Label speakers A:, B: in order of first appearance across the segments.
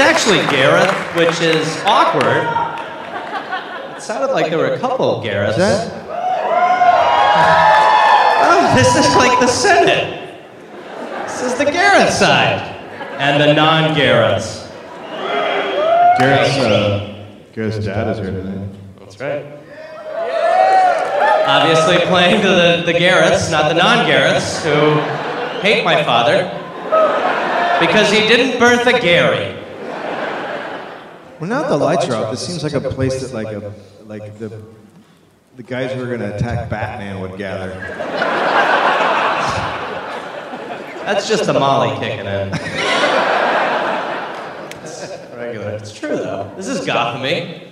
A: actually Gareth, which is awkward. It sounded like there were a couple of Gareths. Oh, this is like the Senate. This is the Gareth side. And the non Gareths.
B: Garrett's, uh, Garrett's dad is here today.
A: That's right. Obviously playing to the, the Gareths, not the non Gareths, who hate my father because he didn't birth a Gary.
B: Well, now that the lights are up, this seems like a place that like a like the the guys who are gonna attack Batman would gather.
A: That's just a molly kicking in. It's Regular. It's true though. This is Gothamy.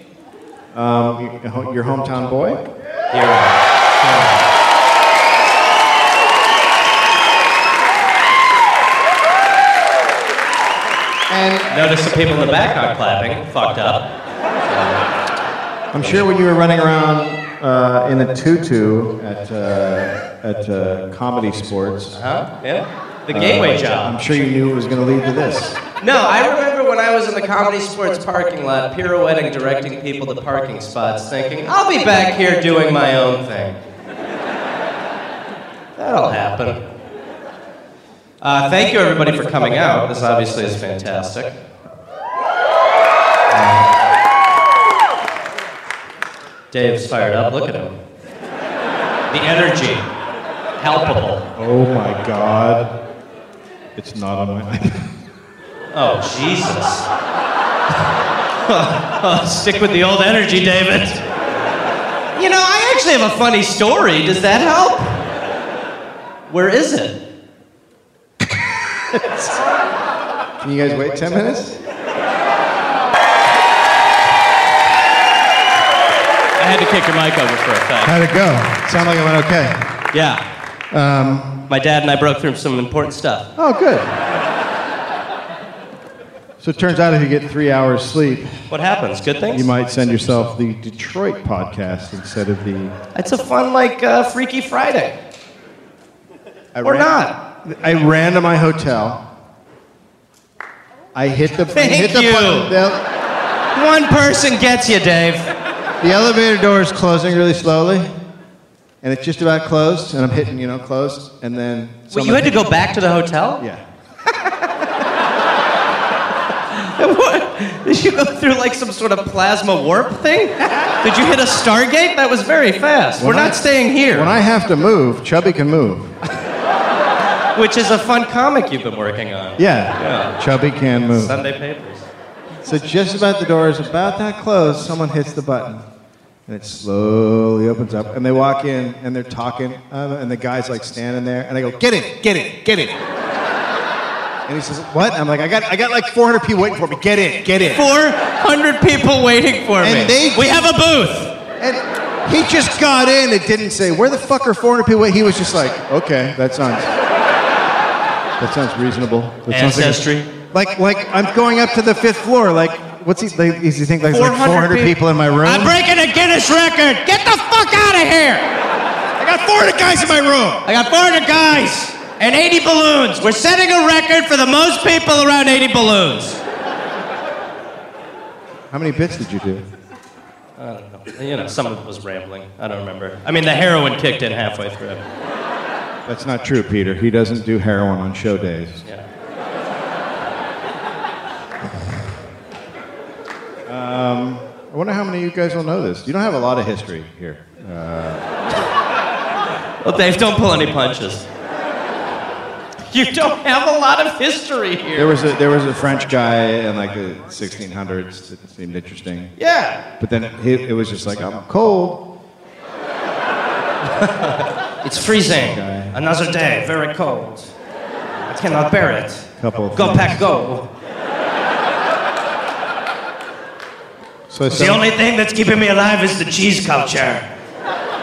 B: Um, your your hometown boy?
A: Here we are.
B: And
A: Notice the people in the back are clapping. Fucked up.
B: I'm sure when you were running around uh, in a tutu at uh, at uh, comedy sports, uh,
A: Huh? Yeah. Uh, The gateway
B: I'm
A: job.
B: sure you knew it was gonna lead to this.
A: No, I remember when I was in the comedy sports parking lot, pirouetting, directing people to parking spots, thinking, I'll be back here doing my own thing. That'll happen. Uh, thank you, everybody, for coming out. This obviously is fantastic. Dave's fired up. Look at him. The energy, palpable.
B: Oh my God! It's not on my.
A: Oh, Jesus. Oh, Stick with the old energy, David. You know, I actually have a funny story. Does that help? Where is it?
B: Can you guys wait ten minutes?
A: I had to kick your mic over for a fact.
C: How'd it go? Sound like it went okay.
A: Yeah.
C: Um,
A: My dad and I broke through some important stuff.
B: Oh, good. So it turns out if you get three hours sleep,
A: What happens? Good things?
B: you might send yourself the Detroit podcast instead of the.
A: It's a fun, like, uh, Freaky Friday.
B: I
A: Or
B: ran-
A: not.
B: I ran to my hotel. I hit the. I
A: Thank
B: hit the
A: you.
B: button. The,
A: One person gets you, Dave.
B: the elevator door is closing really slowly, and it's just about closed. And I'm hitting, you know, closed, and then.
A: Wait, you had to go back to the hotel?
B: Yeah.
A: What? Did you go through like some sort of plasma warp thing? Did you hit a Stargate? That was very fast. We're
B: When I-
A: not staying here,
B: When I have to move, Chubby can move.
A: which is a fun comic you've been working on.
B: Yeah.
A: Yeah.
B: Chubby can move.
A: Sunday papers.
B: So just about the door is about that close, someone hits the button. And it slowly opens up. And they walk in and they're talking. uh, and the guy's like standing there. And I go, get it, get it, get it. And he says, what? I'm like, I got, I got like 400 people waiting for me. Get in, get in.
A: 400 people waiting for me.
B: And they-
A: we have a booth.
B: And he just got in and didn't say, where the fuck are 400 people waiting? He was just like, okay, that sounds, that sounds reasonable. That sounds like a-
A: Ancestry.
B: Like, like I'm going up to the fifth floor. Like, what's he? Like, is he think like, there's like
A: 400
B: 400
A: people.
B: people, in my room?
A: I'm breaking a Guinness record. Get the fuck out of here. I got 400 guys in my room. I got 400 guys and 80 balloons. We're setting a record for the most people around 80 balloons.
B: How many bits did you do?
A: I don't know. You know, someone was rambling. I don't remember. I mean, the heroin kicked in halfway through.
B: That's not true, Peter. He doesn't do heroin on show days.
A: Yeah.
B: Um, I wonder how many of you guys will know this. You don't have a lot of history here.
A: Well, Dave, don't pull any punches. You don't have a lot of history
B: There
A: here.
B: was a there was a French guy in like the 1600s that seemed interesting,
A: Yeah.
B: but then he, it was just like I'm cold.
A: It's freezing.
B: Okay.
A: Another day, very cold. I cannot bear it.
B: Couple. of
A: Go
B: things.
A: pack, go.
B: So I
D: The
B: said,
D: only thing that's keeping me alive is the cheese culture.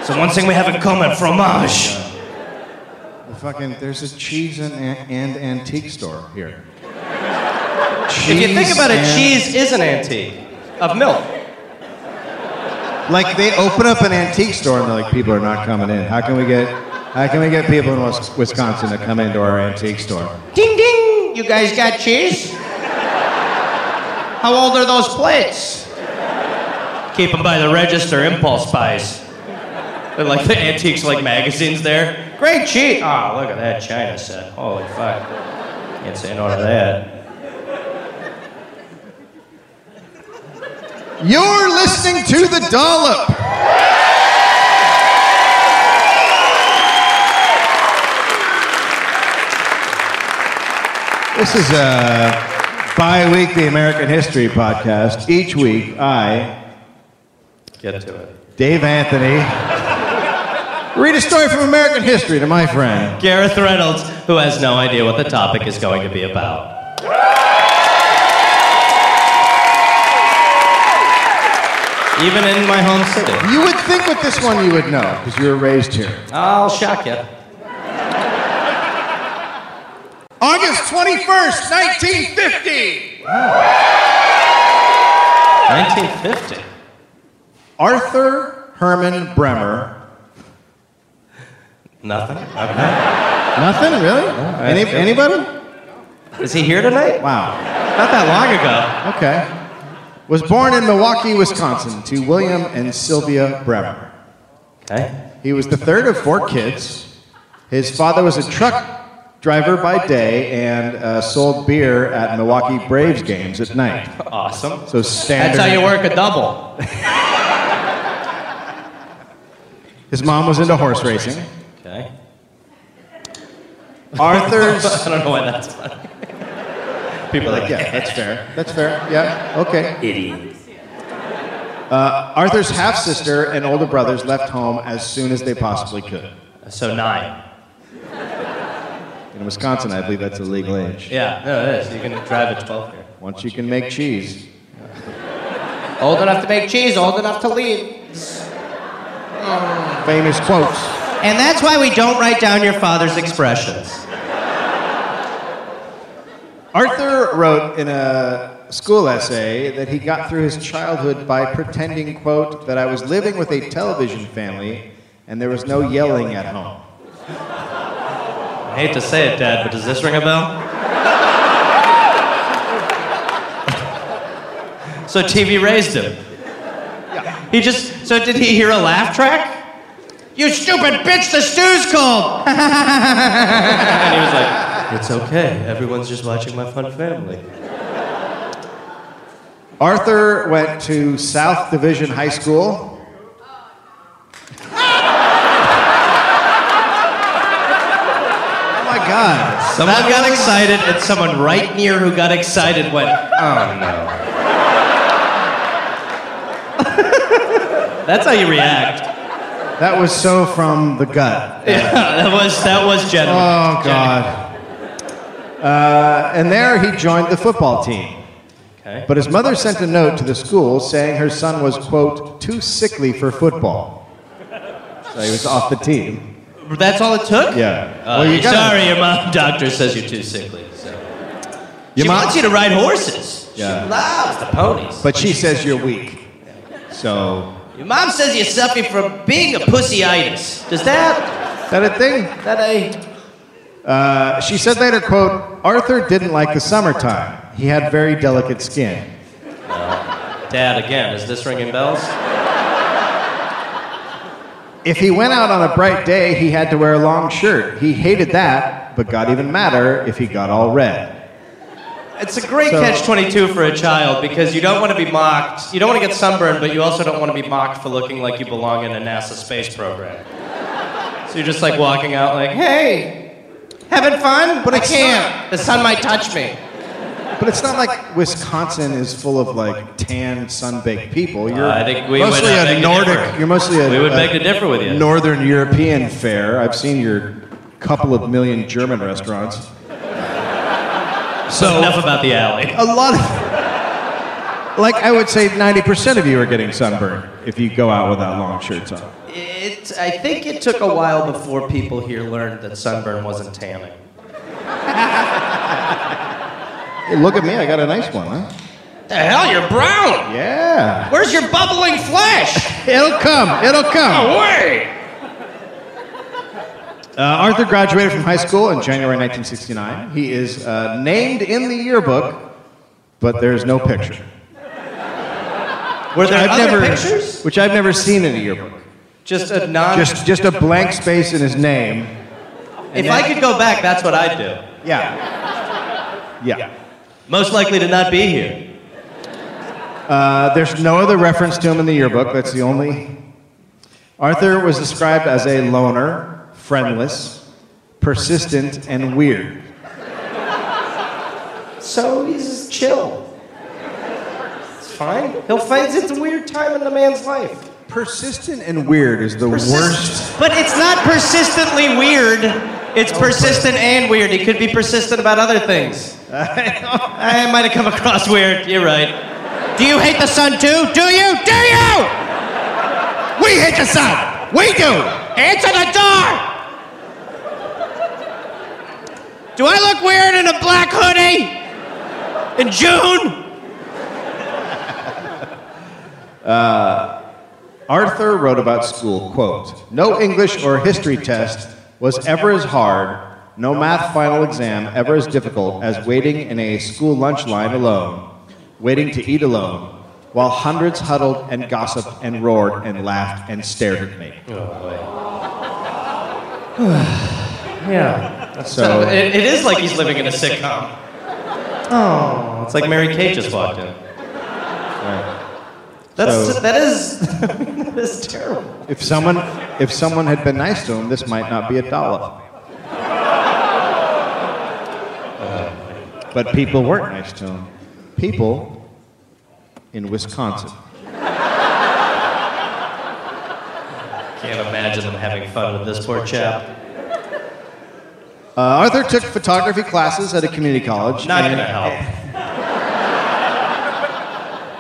D: So one thing we have in common, fromage.
B: the fucking there's a cheese and, and antique store here.
A: If you think about it,
B: and-
A: cheese is an antique of milk.
B: Like they open up an antique store and they're like, people are not coming in. How can we get, how can we get people in Wis- Wisconsin to come into our antique store?
A: Ding ding! You guys got cheese?
E: How old are those plates?
A: Keep them by the register impulse buys. They're like the antiques like magazines there. Great cheat. Oh, look at that China set. Holy fuck. Can't say no to that.
B: You're listening to The Dollop. This is a bi weekly American history podcast. Each week, I,
A: Get to it.
B: Dave Anthony, read a story from American history to my friend.
A: Gareth Reynolds, who has no idea what the topic is going to be about. Even in my home city.
B: You would think with this one you would know because you were raised here.
A: I'll shock you.
E: August 21st, 1950.
A: 1950.
B: Arthur Herman Bremer.
A: Nothing? Okay.
B: Nothing, really? Any, anybody?
A: Is he here tonight?
B: Wow.
A: Not that long ago.
B: Okay. Was born in Milwaukee, Wisconsin, to William and Sylvia Bremer.
A: Okay.
B: He was the third of four kids. His father was a truck driver by day and uh, sold beer at Milwaukee Braves games at night.
A: Awesome.
B: So
A: That's
B: standard.
A: how you work a double.
B: His mom was into horse racing.
A: Okay.
B: Arthur's.
A: I don't know why that's funny. People are like,
B: Yeah, that's fair. That's fair. Yeah. Okay. Uh,
A: idiot.
B: Arthur's half sister and older brothers left home as soon as they possibly could.
A: So nine.
B: In Wisconsin, I believe that's a legal age.
A: Yeah, no, it is. You can drive a 12 here.
B: Once you can make cheese,
E: Old enough to make cheese, old enough to leave.
B: famous quotes.
E: And that's why we don't write down your father's expressions.
B: Arthur wrote in a school essay that he got through his childhood by pretending, quote, that I was living with a television family and there was no yelling at home.
A: I hate to say it, Dad, but does this ring a bell? so TV raised him. He just, so did he hear a laugh track?
E: You stupid bitch, the stew's cold.
A: And he was like, it's okay. Everyone's just watching my fun family.
B: Arthur went to South Division High School. oh my God.
A: Someone got excited, and someone right near who got excited went, oh no. That's how you react.
B: That was so from the gut.
A: Yeah, that was that was genuine.
B: Oh God. Uh, and there he joined the football team.
A: Okay.
B: But his mother sent a note to the school saying her son was, quote, too sickly for football. So he was off the team.
A: But that's all it took.
B: Yeah.
A: Uh,
B: Well, you gotta-
A: sorry, your mom doctor says you're too sickly. So.
B: Your
A: she
B: mom-
A: wants you to ride horses.
B: Yeah.
A: She loves the ponies.
B: But she says you're weak. So.
A: your mom says you suffer from being a pussyitis. Does that
B: Is that a thing?
A: that a
B: Uh, she said later, quote, Arthur didn't like the summertime. He had very delicate skin.
A: dad again? Is this ringing bells?
B: If he went out on a bright day, he had to wear a long shirt. He hated that, but got even madder if he got all red.
A: It's a great
B: So-
A: catch 22 for a child because you don't want to be mocked. You don't want to get sunburned, but you also don't want to be mocked for looking like you belong in a NASA space program. So you're just like walking out like, "Hey, having fun?" But I can't. The sun might touch me.
B: But it's not like Wisconsin is full of like tan, sunbaked people. You're
A: I think we would,
B: mostly
A: uh, beg
B: a
A: to
B: Nordic.
A: differ.
B: You're mostly a,
A: We would
B: a
A: beg to differ with you.
B: Northern European fare. I've seen your couple of million German restaurants.
A: So enough about the alley.
B: A lot of, like I would say, ninety percent of you are getting sunburned if you go out without long shirts on.
A: It, I think it took a while before people here learned that sunburn wasn't tanning.
B: Hey, look at me, I got a nice one, huh?
E: The hell, you're brown.
B: Yeah,
E: Where's your bubbling flesh?
B: it'll come. It'll come.
E: Away.
B: Uh, Arthur graduated from high school in January 1969. He is uh, named in the yearbook but there's no picture.
A: Were there
B: I've
A: other
B: never,
A: pictures?
B: which I've never seen in a yearbook.
A: Just a non.
B: Just, just a blank space in his name.
A: if I could go back, that's what I'd do.
B: Yeah. Yeah.
A: Most likely to not be here.
B: Uh, there's no other reference to him in the yearbook. That's the only. Arthur was described as a loner, friendless, persistent, and weird.
A: So he's just chill. It's fine. He'll find it's a weird time in the man's life.
B: Persistent and weird is the worst.
A: But it's not persistently weird. It's persistent and weird. He could be persistent about other things. I might have come across weird. You're right. Do you hate the sun too? Do you? Do you?
E: We hate the sun. We do. Answer the door. Do I look weird in a black hoodie? In June?
B: Arthur wrote about school, quote, No English or history test was ever as hard, no math final exam ever as difficult as waiting in a school lunch line alone, waiting to eat alone, while hundreds huddled and gossiped and roared and laughed and stared at me.
A: Oh, Yeah. So
B: So,
A: it, it is like he's living in a sitcom. Oh, it's like Mary Kate just walked in. That's
B: So-
A: that is that is terrible.
B: if someone, if someone had been nice to him, this might not be a dollop. Uh, But people weren't nice to him. People in Wisconsin.
A: Can't imagine them having fun with this poor chap.
B: Uh, Arthur took photography classes at a community college.
A: Not
B: and-
A: gonna help.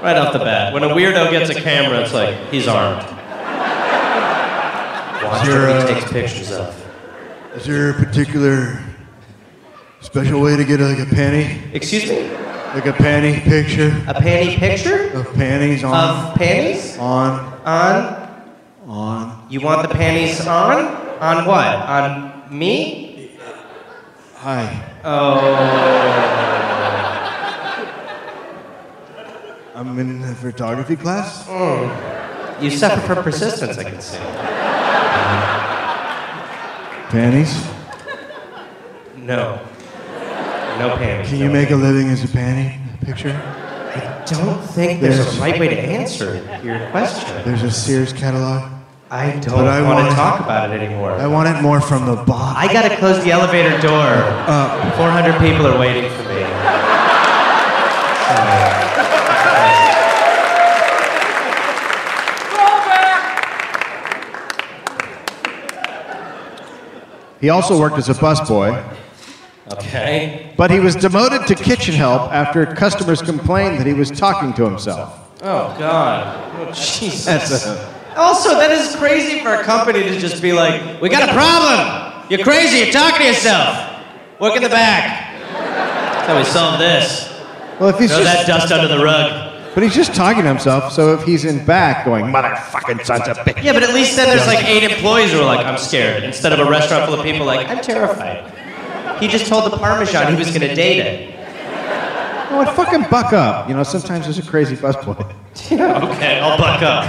A: Right off the bat, when a weirdo gets a camera, it's like he's armed. Watch
F: Sure,
A: what
F: uh,
A: he takes pictures of.
F: Is there a particular special way to get like a panty,
A: Excuse me,
F: like a panty picture
A: a panty picture
F: of panties on,
A: of panties
F: on,
A: on
F: on?
A: You want the panties on? On what? On me?
F: Hi,
A: Oh.
F: I'm in the photography class.
A: You suffer from persistence, I can see.
F: Panties.
A: No. No panties.
F: Can you make a living as a panty picture?
A: I don't think there's a right way to answer your question.
F: There's a Sears catalog.
A: I don't
F: But I
A: want to
F: want-
A: talk about it anymore.
F: I want it more from the box.
A: I gotta close the elevator door.
F: Uh,
A: 400 people are waiting for me.
B: He also worked as a busboy,
A: Okay.
B: but he was demoted to kitchen help after customers complained that he was talking to himself.
A: Oh, God. Oh, Jesus.
B: That's a-
A: Also, that is crazy for a company to just be like, we
E: We got a problem. You're crazy. You're talking to yourself.
A: work in the back. That's how we solve this.
B: Well, if he's
A: Throw that
B: just,
A: dust under the rug.
B: but he's just talking to himself. So if he's in back going, mother,
A: Yeah, but at least then there's like eight employees who are like, I'm scared, instead of a restaurant full of people like, I'm terrified. He just told the Parmesan he was gonna date it.
B: you know what, oh, fucking buck up. You know, sometimes there's a crazy busboy.
A: Okay, I'll buck up.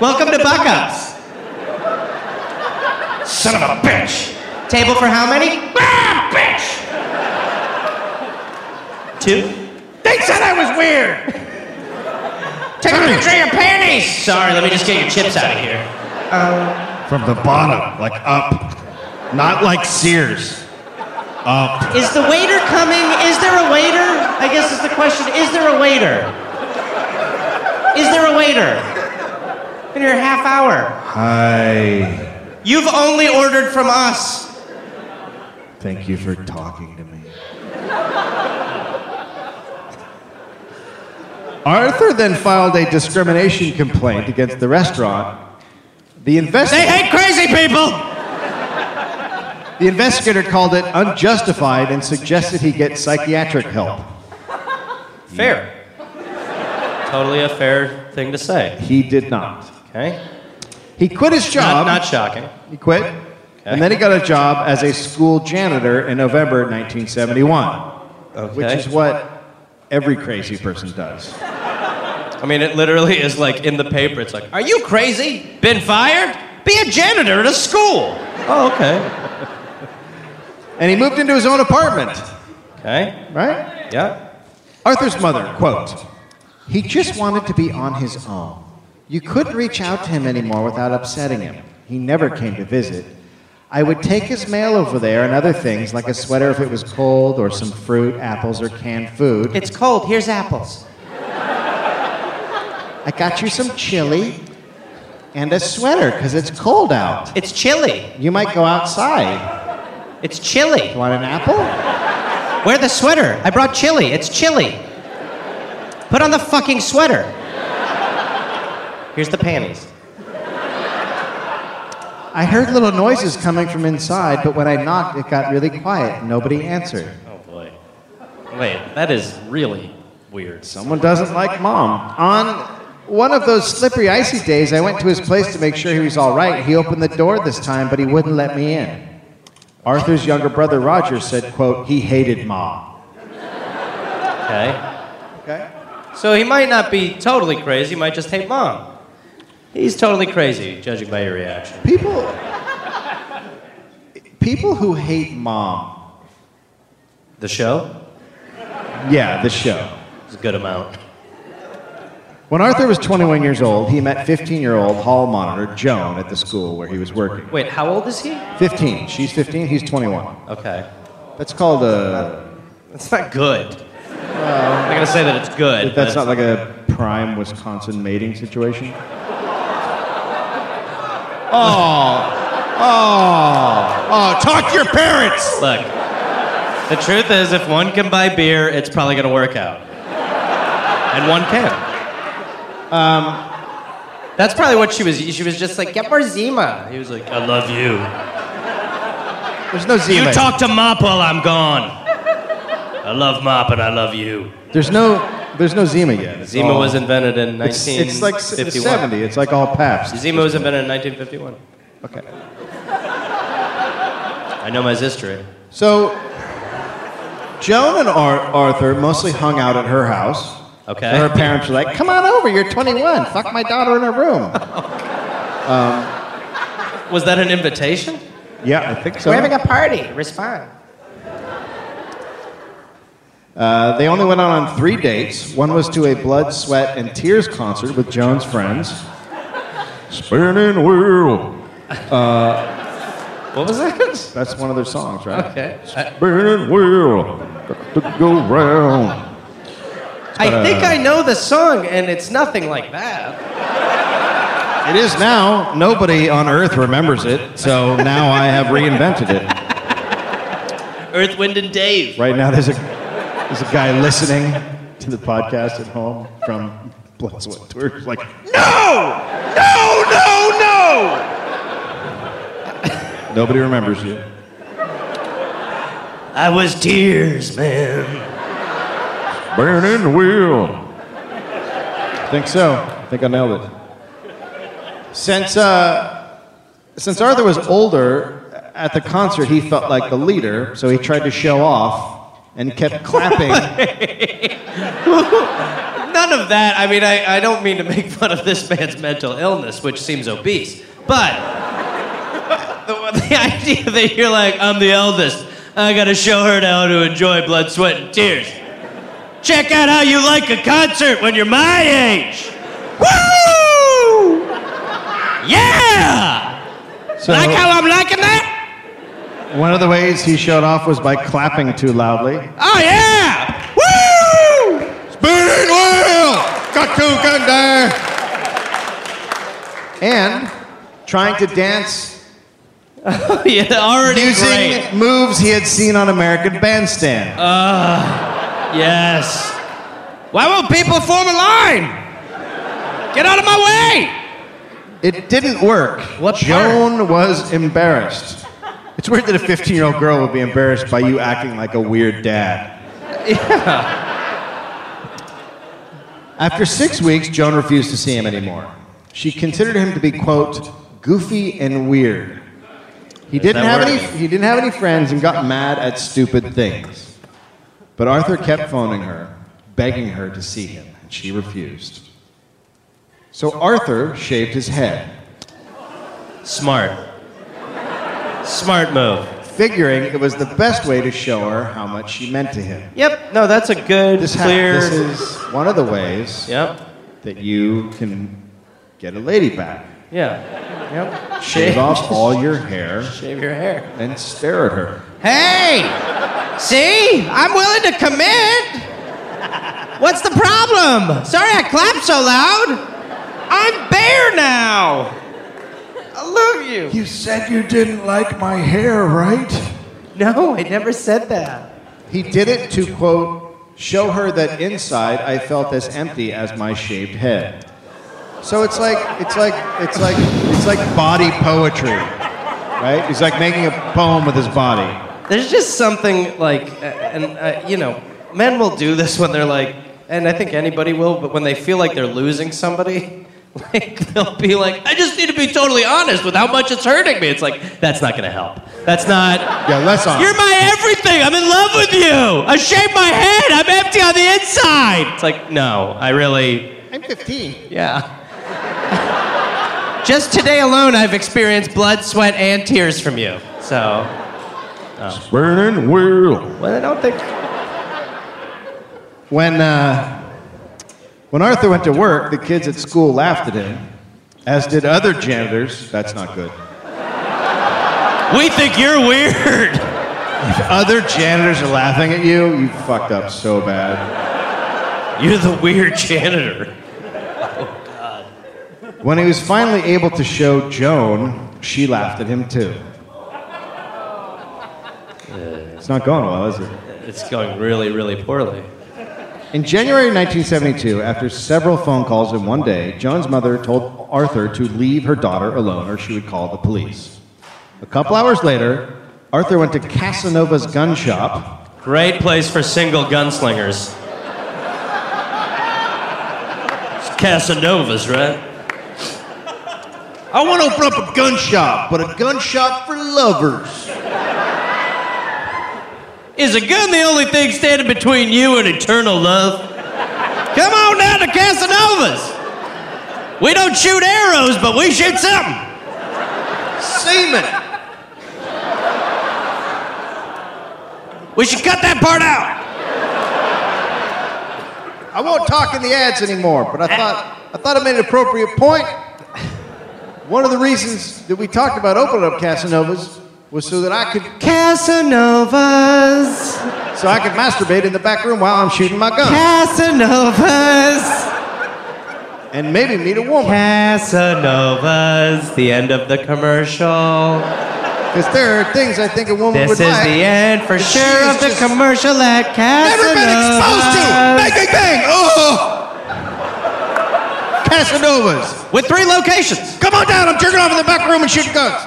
A: Welcome to Buck Ups. Son of a bitch. Table for how many?
E: Ah, bitch.
A: Two.
E: They said I was weird. Take a picture of your panties.
A: Sorry, let me just get your chips out of here.
F: from the bottom, like up, not like Sears. Up.
A: Is the waiter coming? Is there a waiter? I guess is the question. Is there a waiter? Is there a waiter? Been here a half hour.
F: Hi.
A: You've only ordered from us.
F: Thank you for talking to me.
B: Arthur then filed a discrimination complaint against the restaurant. The
E: They
B: investigator,
E: hate crazy people.
B: the investigator called it unjustified and suggested he get psychiatric help.
A: Fair. Totally a fair thing to say.
B: He did not.
A: Okay.
B: He quit his
A: Not,
B: job.
A: not shocking.
B: He quit. And then he got a job as a school janitor in November 1971,
A: Okay.
B: which is what every crazy person does.
A: I mean, it literally is like in the paper. It's like, are you crazy? Been fired? Be a janitor at a school. Oh, okay.
B: And he moved into his own apartment,
A: Okay.
B: right?
A: Yeah.
B: Arthur's mother, quote, he just wanted to be on his own. You couldn't reach out to him anymore without upsetting him. He never came to visit. I would take his mail over there and other things, like a sweater if it was cold, or some fruit, apples, or canned food.
A: It's cold. Here's apples.
B: I got you some chili and a sweater because it's cold out.
A: It's chilly.
B: You might go outside.
A: It's chilly.
B: You want an apple?
A: Wear the sweater. I brought chili. It's chilly. Put on the fucking sweater. Here's the panties.
B: I heard little noises coming from inside, but when I knocked, it got really quiet. Nobody answered.
A: Oh boy. Wait, that is really weird.
B: Someone doesn't like mom. On one of those slippery, icy days, I went to his place to make sure he was all right. He opened the door this time, but he wouldn't let me in. Arthur's younger brother Roger said, quote, he hated mom.
A: Okay.
B: Okay?
A: So he might not be totally crazy, he might just hate mom. He's totally crazy, judging by your reaction.
B: People People who hate mom.
A: The show?
B: Yeah, the show.
A: It's a good amount.
B: When Arthur was 21 years old, he met 15 year old hall monitor Joan at the school where he was working.
A: Wait, how old is he?
B: 15. She's 15, he's 21.
A: Okay.
B: That's called a.
A: That's not good. I'm not gonna say that it's good.
B: That's
A: but
B: not like a prime Wisconsin mating situation.
E: Oh, talk to your parents.
A: Look, the truth is, if one can buy beer, it's probably going to work out. And one can. Um, That's probably what she was. She was just like, get more Zima. He was like, "Oh, I love you.
B: There's no Z.
A: You
B: mating.
A: talk to Mop while I'm gone. I love Mop and I love you.
B: There's no. There's no Zima yet. It's
A: Zima
B: all-
A: was invented in
B: It's,
A: 1951.
B: it's like s- it's 70. It's like all Pabst.
A: Zima was invented in 1951.
B: Okay.
A: I know my history.
B: So, Joan and Ar- Arthur mostly hung out at her house.
A: Okay.
B: And her parents were like, "Come on over. You're 21. Fuck my daughter in her room."
A: Was that an invitation?
B: Yeah, I think so.
A: a party. Respond.
B: Uh, they only went out on three dates. One was to a Blood, Sweat, and Tears concert with Joan's friends.
F: Spinning wheel.
A: What was that?
B: That's one of their songs, right?
A: Okay. I-
F: Spinning wheel. Got to go round.
A: I think I know the song, and it's nothing like that.
B: It is now. Nobody on earth remembers it, so now I have reinvented it.
A: Earth, Wind, and Dave.
B: Right now, there's a there's a guy listening to the podcast at home from Blood, Sweat, Tears. Like,
E: No, no, no, no.
B: nobody remembers you.
A: I was tears, man.
F: Spinning wheel.
B: I think so. I think I nailed it. Since, uh, since Arthur was older, at the concert he felt like the leader, so he tried to show off and kept clapping.
A: None of that. I mean, I, I don't mean to make fun of this man's mental illness, which seems obese, but the, the idea that you're like, I'm the eldest, I gotta show her now to enjoy blood, sweat, and tears. Check out how you like a concert when you're my age. Woo! Yeah!
B: So
A: Like how I'm liking that?
B: one of the ways he showed off was by clapping too loudly.
A: Oh yeah! Woo!
E: Spinning wheel. Got to get there.
B: and trying to dance
A: yeah, already
B: using
A: great.
B: moves he had seen on American Bandstand.
A: Yes. Why won't people form a line? Get out of my way!
B: it didn't work.
A: What part?
B: Joan was embarrassed. It's weird that a 15 year old girl would be embarrassed by you acting like a weird dad. After six weeks, Joan refused to see him anymore. She considered him to be, quote, goofy and weird. He didn't,
A: that
B: have
A: word?
B: any, he didn't have any friends and got mad at stupid things. But Arthur kept phoning her, begging her to see him, and she refused. So Arthur shaved his head,
A: Smart. Smart move.
B: figuring it was the best way to show her how much she meant to him.
A: Yep. No, that's a good,
B: This, ha-
A: clear.
B: this is one of the ways
A: Yep.
B: that you can get a lady back.
A: Yeah.
B: Yep. Shave off all your hair
A: Shave your hair.
B: and stare at her.
E: Hey! See? I'm willing to commit. What's the problem? Sorry I clapped so loud. I'm bare now. I love you.
F: You said you didn't like my hair, right?
E: No, I never said that.
B: He did it to quote, show her that inside I felt as empty as my shaved head. So it's like it's like it's like it's like body poetry. Right? He's like making a poem with his body.
A: There's just something like, uh, and uh, you know, men will do this when they're like, and I think anybody will, but when they feel like they're losing somebody, like they'll be like, I just need to be totally honest with how much it's hurting me. It's like that's not gonna help. That's not.
B: Yeah, less on.
A: You're my everything. I'm in love with you. I shaved my head. I'm empty on the inside. It's like no, I really
B: I'm 15.
A: Yeah. Just today alone, I've experienced blood, sweat, and tears from you. So,
F: Burning wheel.
A: well, I don't think.
B: When uh, when Arthur went to work, the kids at school laughed at him, as did other janitors. That's not good.
A: We think you're weird.
B: Other janitors are laughing at you. You fucked up so bad.
A: You're the weird janitor.
B: When he was finally able to show Joan, she laughed at him too. It's not going well, is it?
A: It's going really, really poorly.
B: In January 1972, after several phone calls in one day, Joan's mother told Arthur to leave her daughter alone or she would call the police. A couple hours later, Arthur went to Casanova's gun shop.
A: Great place for single gunslingers. It's Casanovas, right?
B: I want to open up a gun shop, but a gun shop for lovers.
A: Is a gun the only thing standing between you and eternal love? Come on down to Casanovas. We don't shoot arrows, but we shoot something.
B: Semen.
A: We should cut that part out.
B: I won't talk in the ads anymore, but I thought I thought I made an appropriate point. One of the reasons that we talked about opening up Casanovas was so that I could
E: Casanovas.
B: so I could masturbate in the back room while I'm shooting my gun
E: Casanovas.
B: and maybe meet a woman
A: Casanovas, the end of the commercial.
B: because there are things I think a woman
A: This
B: would
A: is
B: like.
A: the end for sure
B: is
A: of the
B: just-
A: commercial at
B: Never
A: Casanovas.
B: been exposed to bang bang bang. Oh, Casanovas.
A: With three locations.
B: Come on down. I'm jerking off in the back room and shooting guns.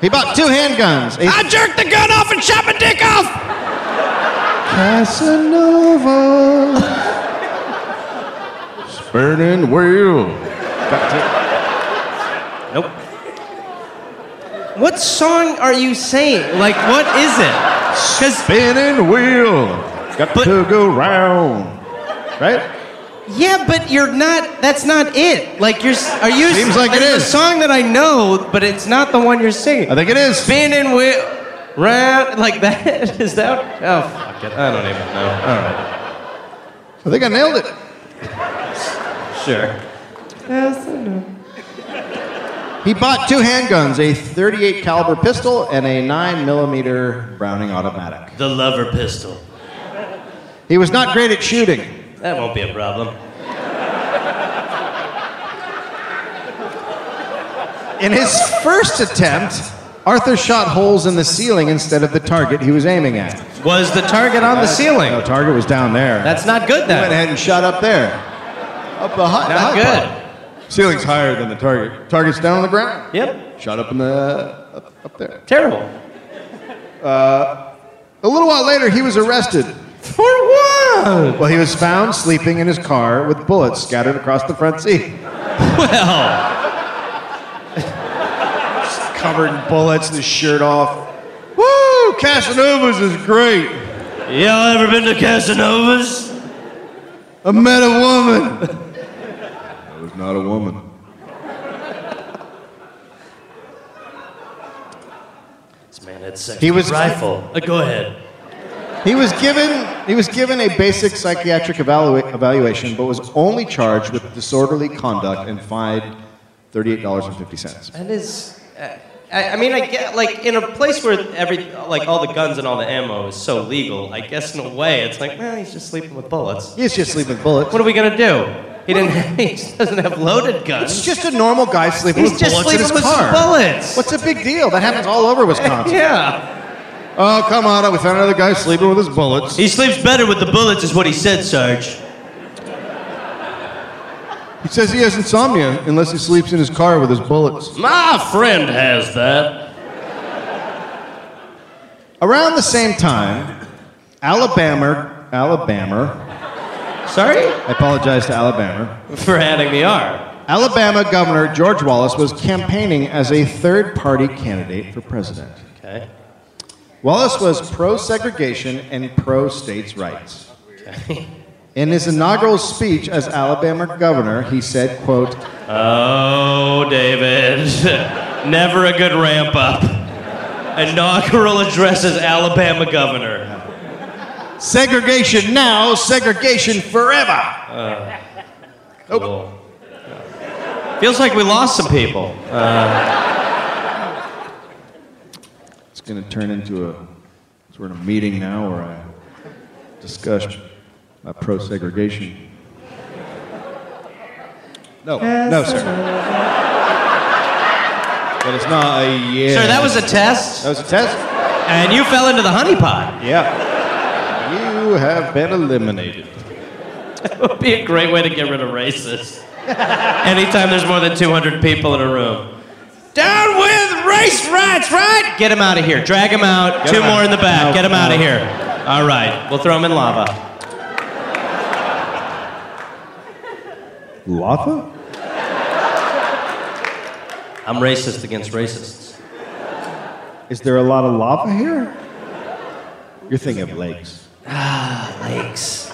B: He bought two handguns. a
A: I jerked the gun off and shot my dick off.
B: Casanova.
F: Burning wheel.
A: Nope. What song are you saying? Like, what is it? Because,
F: Spinning wheel. Got
A: But-
F: to go round.
B: Right?
A: yeah, but you're not, that's not it. Like, you're, s- are you,
B: Seems like it
A: there's a
B: is.
A: song that I know, but it's not the one you're singing.
B: I think it is.
A: spinning wheel round like that. Is that? Oh fuck it! I don't even know. All right,
B: I think I nailed it.
A: sure.
B: He bought two handguns, a 38 caliber pistol and a 9 millimeter Browning automatic.
A: The lover pistol.
B: He was not great at shooting.
A: That won't be a problem.
B: In his first attempt, Arthur shot holes in the ceiling instead of the target he was aiming at.
A: Was the target on the
B: No,
A: ceiling?
B: target was down there.
A: That's not good
B: He went
A: then.
B: ahead and shot up there. Up the high, the
A: Not
B: high
A: good.
B: part. Ceiling's higher than the target. Target's down on the ground.
A: Yep.
B: Shot up in the up, up there.
A: Terrible.
B: A little while later, he was arrested.
A: For what?
B: Well, he was found sleeping in his car with bullets scattered across the front seat,
A: Well,
B: covered in bullets, and his shirt off. Woo! Casanova's is great.
A: Y'all ever been to Casanova's?
B: I met a woman. That was not a woman.
A: This man had sex.
B: He
A: with
B: was-
A: a rifle. Uh, go ahead.
B: He was given he was given a basic psychiatric evalu- evaluation, but was only charged with disorderly conduct and fined thirty-eight dollars and fifty cents.
A: That is. I, I mean, I get like in a place where every like all the guns and all the ammo is so legal. I guess in a way, it's like, well, he's just sleeping with bullets.
B: He's just sleeping with bullets.
A: What are we gonna do? He didn't. He just doesn't have loaded
B: It's
A: guns.
B: just a normal guy sleeping
A: He's
B: with
A: just
B: bullets in his
A: sleeping with
B: car.
A: some bullets.
B: What's a big deal? That happens all over Wisconsin.
A: yeah.
B: Oh come on! We found another guy sleeping with his bullets.
A: He sleeps better with the bullets, is what he said, Sarge.
B: He says he has insomnia unless he sleeps in his car with his bullets.
A: My friend has that.
B: Around the same time, Alabama, Alabama,
A: Sorry
B: I apologize to Alabama.
A: for adding the R.
B: Alabama Governor George Wallace was campaigning as a third party candidate for president.
A: Okay.
B: Wallace was pro segregation and pro states' rights. In his inaugural speech as Alabama governor, he said, quote,
A: Oh, David. Never a good ramp up. Inaugural address as Alabama governor.
B: segregation now, segregation forever.
A: Cool. Feels like we lost some people.
B: It's going to turn into a, so we're in a meeting now where I discuss uh, pro segregation. No, no, sir. That is not a yeah.
A: Sir, that was a test,
B: That was a test?
A: and you fell into the honey pot.
B: Yeah. You have been eliminated.
A: It would be a great way to get rid of racists. Anytime there's more than 200 people in a room. Down with race rats, right? Get him out of here. Drag him out.
B: Get
A: Two
B: 'em
A: more
B: out.
A: in the back.
B: No,
A: Get him out of
B: no.
A: here. All right, we'll throw him in lava.
B: Lava?
A: I'm racist against racists.
B: Is there a lot of lava here? You're thinking of lakes.
A: Lakes.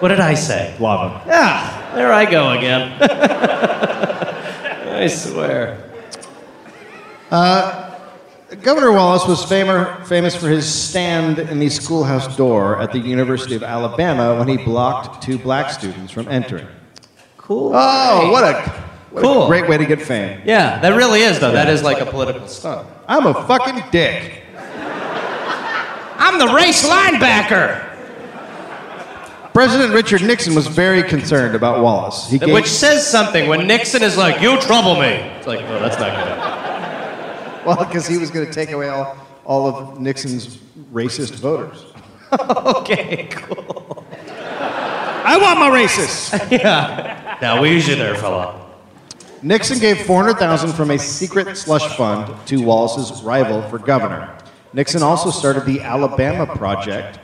A: What did I say?
B: Lava.
A: Ah, there I go again. I swear.
B: Governor Wallace was famer, famous for his stand in the schoolhouse door at the University of Alabama when he blocked two black students from entering.
A: Cool.
B: Oh, what a, what a
A: Cool.
B: great way to get fame.
A: Yeah, that really is though. That is like a political stunt.
B: I'm a fucking dick.
A: I'm the race linebacker,
B: President Richard Nixon was very concerned about Wallace. He
A: which says something. When Nixon is like, "You trouble me," it's like, "Oh, that's not
B: Well, because he was going to take away all, all of Nixon's racist voters.
A: good." okay, cool.
B: I want my racists.
A: Yeah. Now we usually there, fella.
B: Nixon gave 400,000 from a secret slush fund to Wallace's rival for governor. Nixon also started the Alabama Project,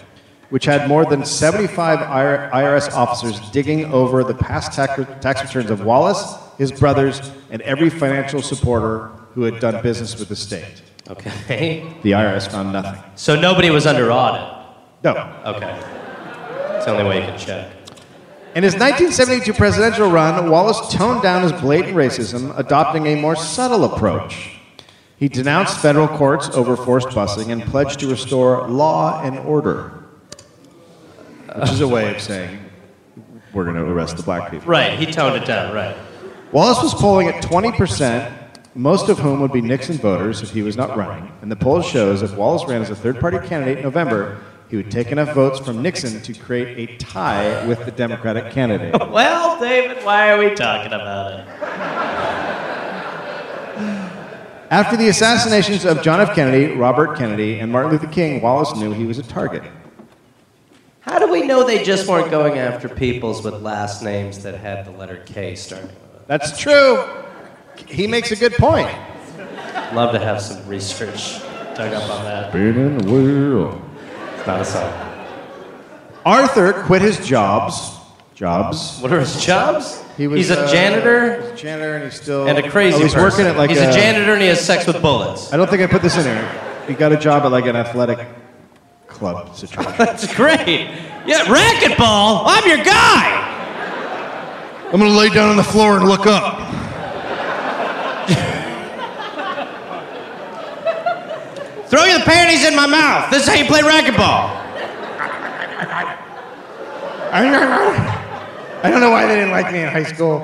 B: which had more than 75 IR- IRS officers digging over the past tax, tax returns of Wallace, his brothers, and every financial supporter who had done business with the state.
A: Okay.
B: The IRS found nothing.
A: So nobody was under audit.
B: No,
A: Okay. It's the only way you can check.
B: In his 1972 presidential run, Wallace toned down his blatant racism, adopting a more subtle approach. He denounced federal courts over forced busing and pledged to restore law and order, which is a way of saying we're going to arrest the black people.
A: Right, he toned it down, right.
B: Wallace was polling at 20%, most of whom would be Nixon voters if he was not running. And the poll shows if Wallace ran as a third party candidate in November, he would take enough votes from Nixon to create a tie with the Democratic candidate.
A: Well, David, why are we talking about it?
B: After the assassinations of John F. Kennedy, Robert Kennedy, and Martin Luther King, Wallace knew he was a target.
A: How do we know they just weren't going after peoples with last names that had the letter K starting with
B: That's true. He makes a good point.
A: it? Love to have some research dug up on that.
B: in the world.
A: It's not a song.
B: Arthur quit his jobs. Jobs.
A: What are his jobs?
B: He was,
A: He's a
B: uh,
A: janitor
B: he's a janitor, and he's still
A: and a crazy
B: Oh, he's
A: person.
B: working at like
A: He's a, janitor and he has sex with bullets.
B: I don't think I put this in here. he got a job at like an athletic club situation.
A: That's great. Yeah, racquetball. I'm your guy.
F: I'm gonna lay down on the floor and look up.
A: Throw your panties in my mouth. This is how you play racquetball.
G: I don't know. I don't know why they didn't like me in high school.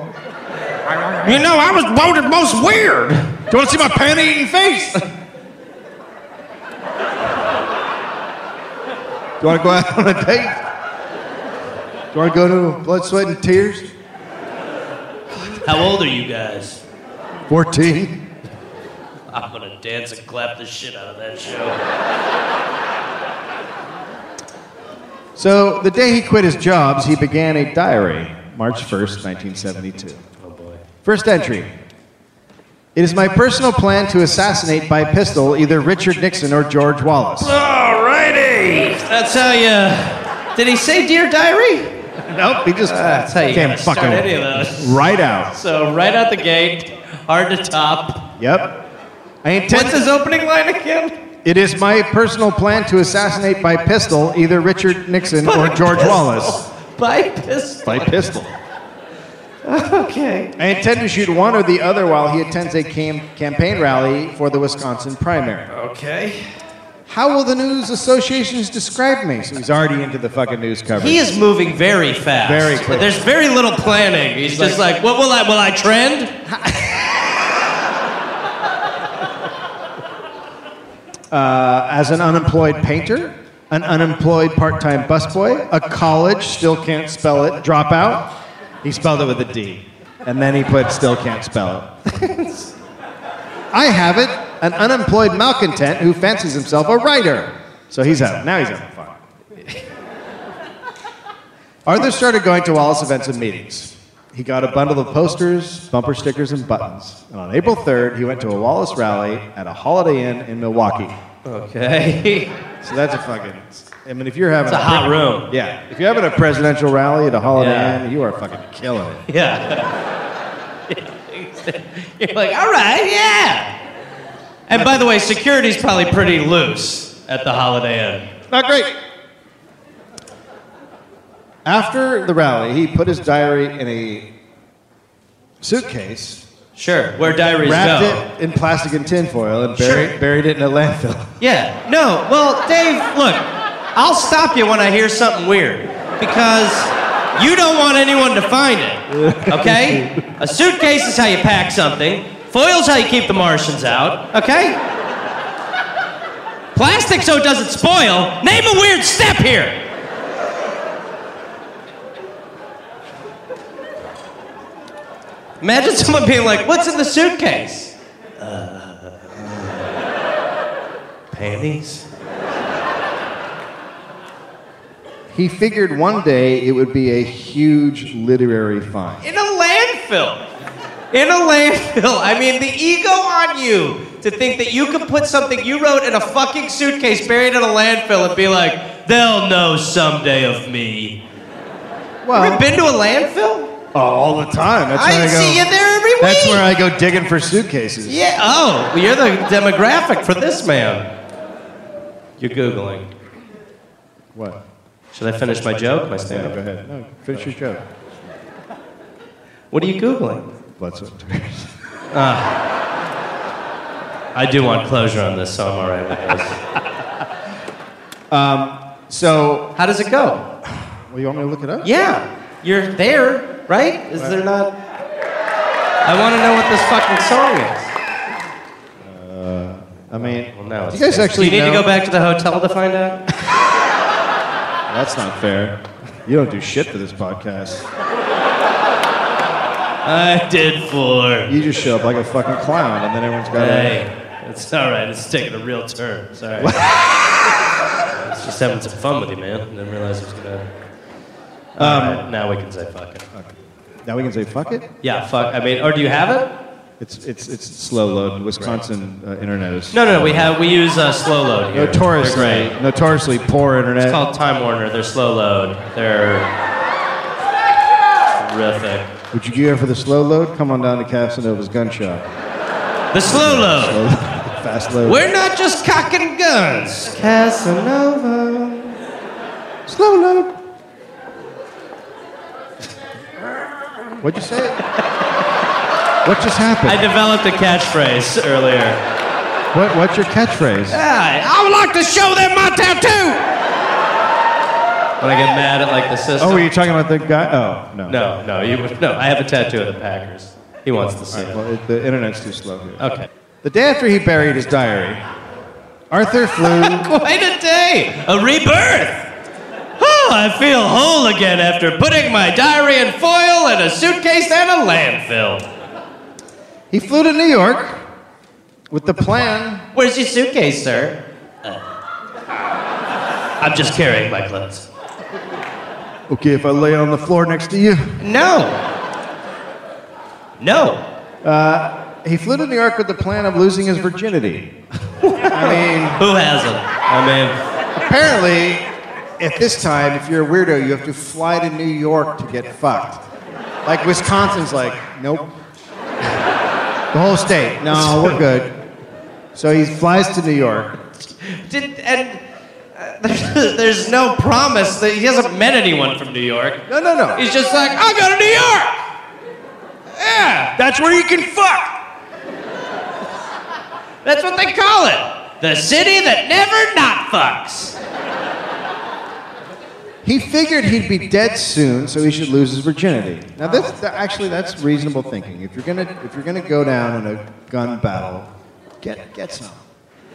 A: You know, I was voted most weird. Do you want to see my panty eating face?
B: Do you want to go out on a date? Do you want to go to Blood, Sweat, and Tears?
A: How old are you guys?
B: 14.
A: I'm gonna dance and clap the shit out of that show.
B: So the day he quit his jobs, he began a diary, March 1st, 1972.
A: Oh boy.
B: First entry. It is my personal plan to assassinate by pistol either Richard Nixon or George Wallace.
A: Alrighty. That's how you. Did he say Dear Diary?
B: Nope, he just
A: That's how you
B: can't
A: gotta start any
B: fucking
A: of those.
B: right out.
A: So right out the gate, hard to top.
B: Yep. I intend
A: What's his opening line again?
B: It is my personal plan to assassinate by pistol either Richard Nixon or George Wallace.
A: By pistol.
B: By pistol.
A: Okay.
B: I intend to shoot one or the other while he attends a cam- campaign rally for the Wisconsin primary.
A: Okay.
B: How will the news associations describe me? So he's already into the fucking news coverage.
A: He is moving very fast.
B: Very quick.
A: There's very little planning. He's just like, what will I? Will I trend?
B: uh, as an unemployed painter, an unemployed part-time busboy, a college still can't spell it dropout. He spelled it with a D, and then he put still can't spell it. I have it, an unemployed malcontent who fancies himself a writer. So he's out. Now he's having fun. Arthur started going to Wallace events and meetings. He got a bundle of posters, bumper stickers, and buttons. And on April 3rd, he went to a Wallace rally at a Holiday Inn in Milwaukee.
A: Okay.
B: So that's a fucking. I mean, if you're having
A: It's a hot room.
B: yeah, if you're having a presidential rally at a Holiday
A: Yeah.
B: Inn, you are fucking killing it.
A: Yeah. You're like, all right, yeah. And by the way, security's probably pretty loose at the Holiday Inn.
B: Not great. After the rally, he put his diary in a suitcase,
A: Sure, where diaries
B: wrapped
A: go.
B: it in plastic and tinfoil, and
A: Sure.
B: buried, buried it in a landfill.
A: Yeah. No. Well, Dave, look, I'll stop you when I hear something weird because you don't want anyone to find it. Okay? A suitcase is how you pack something. Foil's how you keep the Martians out. Okay? Plastic so it doesn't spoil. Name a weird step here. Imagine someone being like, "What's in the suitcase?" Panties.
B: He figured one day it would be a huge literary find.
A: In a landfill. In a landfill. I mean, the ego on you to think that you could put something you wrote in a fucking suitcase buried in a landfill and be like, they'll know someday of me. Have you
B: Well,
A: been to a landfill?
B: oh, all the time. That's where
A: I
B: I go.
A: see you there every week.
B: That's where I go digging for suitcases.
A: Yeah. Oh, well, you're the demographic for this man. You're Googling.
B: What?
A: Should I finish my joke? My
B: Yeah, go
A: stand
B: ahead. No, finish your joke.
A: What are you Googling?
B: Blood, sweat, and tears.
A: I do want closure on this, so I'm all right with this.
B: So,
A: How does it go?
B: well, you want me to look it up?
A: Yeah, you're there, right? Is there not? I want to know what this fucking song is.
B: I mean,
A: Well, no.
B: you guys actually
A: Do you need
B: know-
A: to go back to the hotel to find out?
B: that's not fair. You don't do shit for this podcast.
A: I did four.
B: You just show up like a fucking clown, and then everyone's got
A: Hey, it's all right. It's taking a real turn. Sorry. I was just having some fun with you, man. Didn't realize I was gonna. All right, now we can say fuck it.
B: a. Now we can say fuck it.
A: Yeah, fuck. I mean, or do you have it?
B: It's it's it's slow load. Wisconsin uh, internet is
A: No, no, no. We have. We use uh, slow load here.
B: notoriously
A: They're great.
B: notoriously poor internet.
A: It's called Time Warner. They're slow load. They're terrific.
B: Would you care for the slow load? Come on down to Casanova's gun shop.
A: The slow load.
B: Fast load.
E: We're not just cocking guns. Casanova.
B: Slow load. What'd you say? what just happened?
A: I developed a catchphrase earlier.
B: What, what's your catchphrase?
A: Yeah,
E: I would like to show them my tattoo.
A: when I get mad at like the system.
B: Oh, were you talking about the guy? Oh, no.
A: No, no, you no. I have a tattoo of the Packers. He wants to see
B: All right,
A: it.
B: well, it, the internet's too slow here.
A: Okay.
B: The day after he buried his diary, Arthur flew.
A: Quite a day, a rebirth. Oh, I feel whole again after putting my diary in foil in a suitcase and a landfill.
B: he flew to New York with the plan.
A: Where's your suitcase, sir? Uh, I'm just carrying my clothes.
B: Okay, if I lay on the floor next to you.
A: No. No.
B: He flew to New York with the plan of losing his virginity. I mean.
A: Who hasn't? I
B: Apparently, at this time, if you're a weirdo, you have to fly to New York to get fucked. Like Wisconsin's like, nope. The whole state, no, we're good. So he flies to New York.
A: mean, did and. uh, There's, there's no promise that he hasn't met anyone from New York.
B: No, no, no.
A: He's just like, "Oh, I'll go to New York. Yeah. That's where you can fuck. That's what they call it. The city that never not fucks.
B: He figured he'd be dead soon, so he should lose his virginity. Now, this th- actually that's reasonable thinking. If you're gonna if you're gonna go down in a gun battle, get get some.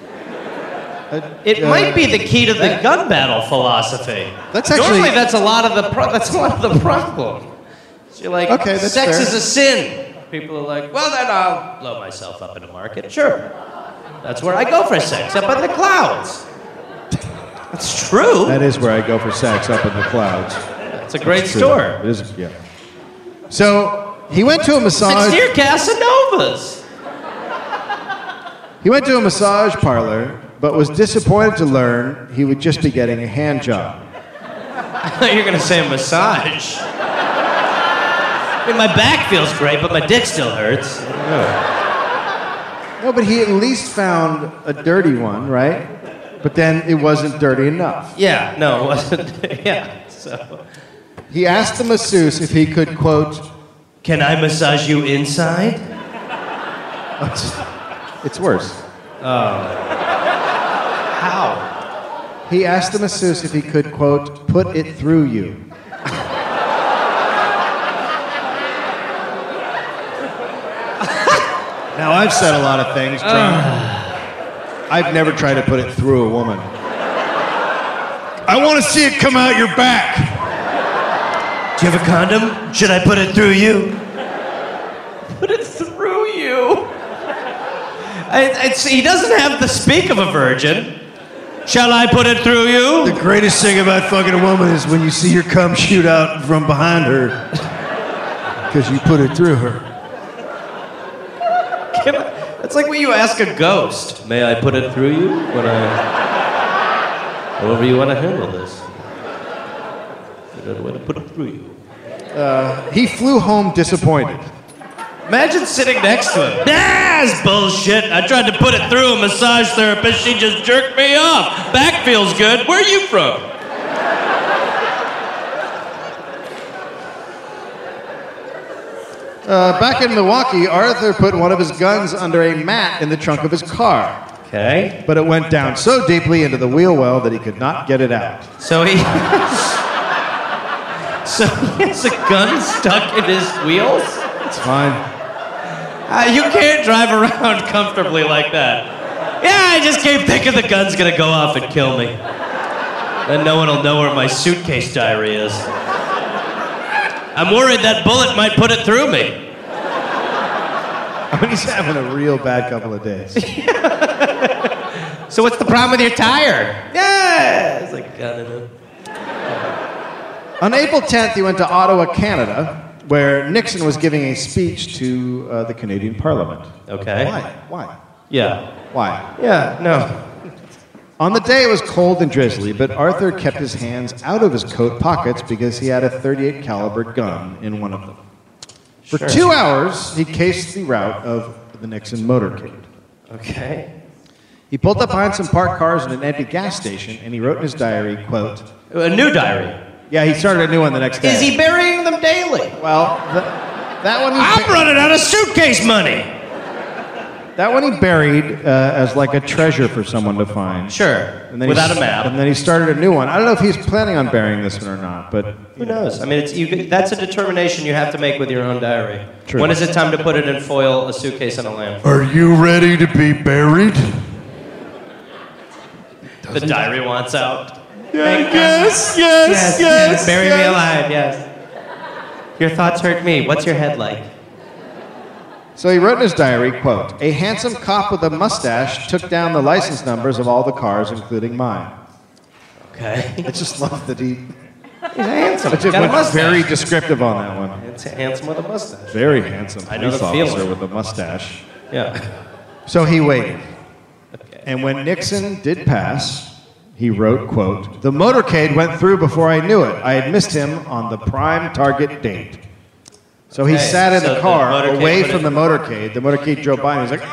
B: Uh,
A: It might be the key to the gun battle philosophy.
B: That's actually-
A: normally that's a lot of the pro- that's a lot of the problem. So you're like,
B: Okay, that's
A: sex
B: fair.
A: is a sin. People are like, well then I'll blow myself up in a market. Sure, that's where I go for sex, up in the clouds. That's true.
B: That is where I go for sex up in the clouds.
A: That's a great
B: True.
A: store.
B: It is, yeah. So he went to a
A: It's
B: massage.
A: near Casanova's.
B: He went to a massage parlor, but was disappointed to learn he would just be getting a hand job.
A: I thought you were gonna say a massage. I mean, my back feels great, but my dick still hurts.
B: No, but he at least found a dirty one, right? But then it wasn't dirty enough.
A: Yeah, no, it wasn't. yeah, so.
B: He asked the masseuse if he could quote.
A: Can I massage you inside?
B: It's worse.
A: How?
B: Um, He asked the masseuse if he could quote put it through you. now I've said a lot of things, John. I've never tried to put it through a woman.
F: I want to see it come out your back.
A: Do you have a condom? Should I put it through you? Put it through you? I, it's, he doesn't have the speak of a virgin. Shall I put it through you?
B: The greatest thing about fucking a woman is when you see her cum shoot out from behind her because you put it through her.
A: Can I- It's like when you ask a ghost, may I put it through you? When I, however you want to handle this. Figure out a way to put it through you.
B: Uh, He flew home disappointed.
A: Imagine sitting next to him. That's bullshit. I tried to put it through a massage therapist. She just jerked me off. Back feels good. Where are you from?
B: Uh, back in Milwaukee, Arthur put one of his guns under a mat in the trunk of his car.
A: Okay.
B: but it went down so deeply into the wheel well that he could not get it out.
A: So he. so he has a gun stuck in his wheels?
B: It's fine.
A: Uh, you can't drive around comfortably like that. Yeah, I just keep thinking the gun's gonna go off and kill me. Then no one will know where my suitcase diary is. I'm worried that bullet might put it through me.
B: I mean, he's having a real bad couple of days.
A: So what's the problem with your tire? Yeah, it's like gun in it.
B: On April 10th, he went to Ottawa, Canada, where Nixon was giving a speech to uh, the Canadian Parliament.
A: Okay.
B: Why? Why?
A: Yeah.
B: Why?
A: Yeah. No.
B: On the day, it was cold and drizzly, but Arthur kept his hands out of his coat pockets because he had a 38 caliber gun in one of them. For two hours, he cased the route of the Nixon motorcade.
A: Okay.
B: He pulled up behind some parked cars at an empty gas station, and he wrote in his diary, quote,
A: A new diary.
B: yeah, he started a new one the next day.
A: Is he burying them daily?
B: Well, th- that one he
A: I'm running out of suitcase money.
B: that one he buried uh, as like a treasure for someone to find.
A: Sure.
B: he
A: Without
B: s-
A: a map.
B: And then he started a new one. I don't know if he's planning on burying this one or not, but
A: Who knows? I mean, it's, you, that's a determination you have to make with your own diary.
B: True.
A: When is it time to put it in foil, a suitcase, and a lamp?
F: Are you ready to be buried?
A: The diary wants out.
F: Yes, yes, yes.
A: Bury me alive, yes. Your thoughts hurt me. What's your head like?
B: So he wrote in his diary, quote, A handsome cop with a mustache took down the license numbers of all the cars, including mine.
A: Okay.
B: I just love that he... He's handsome. It just
A: Got a
B: went
A: mustache.
B: very descriptive on that one.
A: It's handsome with a mustache.
B: Very handsome
A: I know
B: police
A: the
B: officer
A: feeling.
B: with a mustache.
A: Yeah.
B: So he waited.
A: Okay.
B: And when Nixon did pass, he wrote, quote, The motorcade went through before I knew it. I had missed him on the prime target date. So he
A: Okay,
B: sat in
A: so
B: the
A: the
B: car
A: motorcade
B: away
A: put
B: from
A: it-
B: the motorcade. The motorcade drove by and he was like,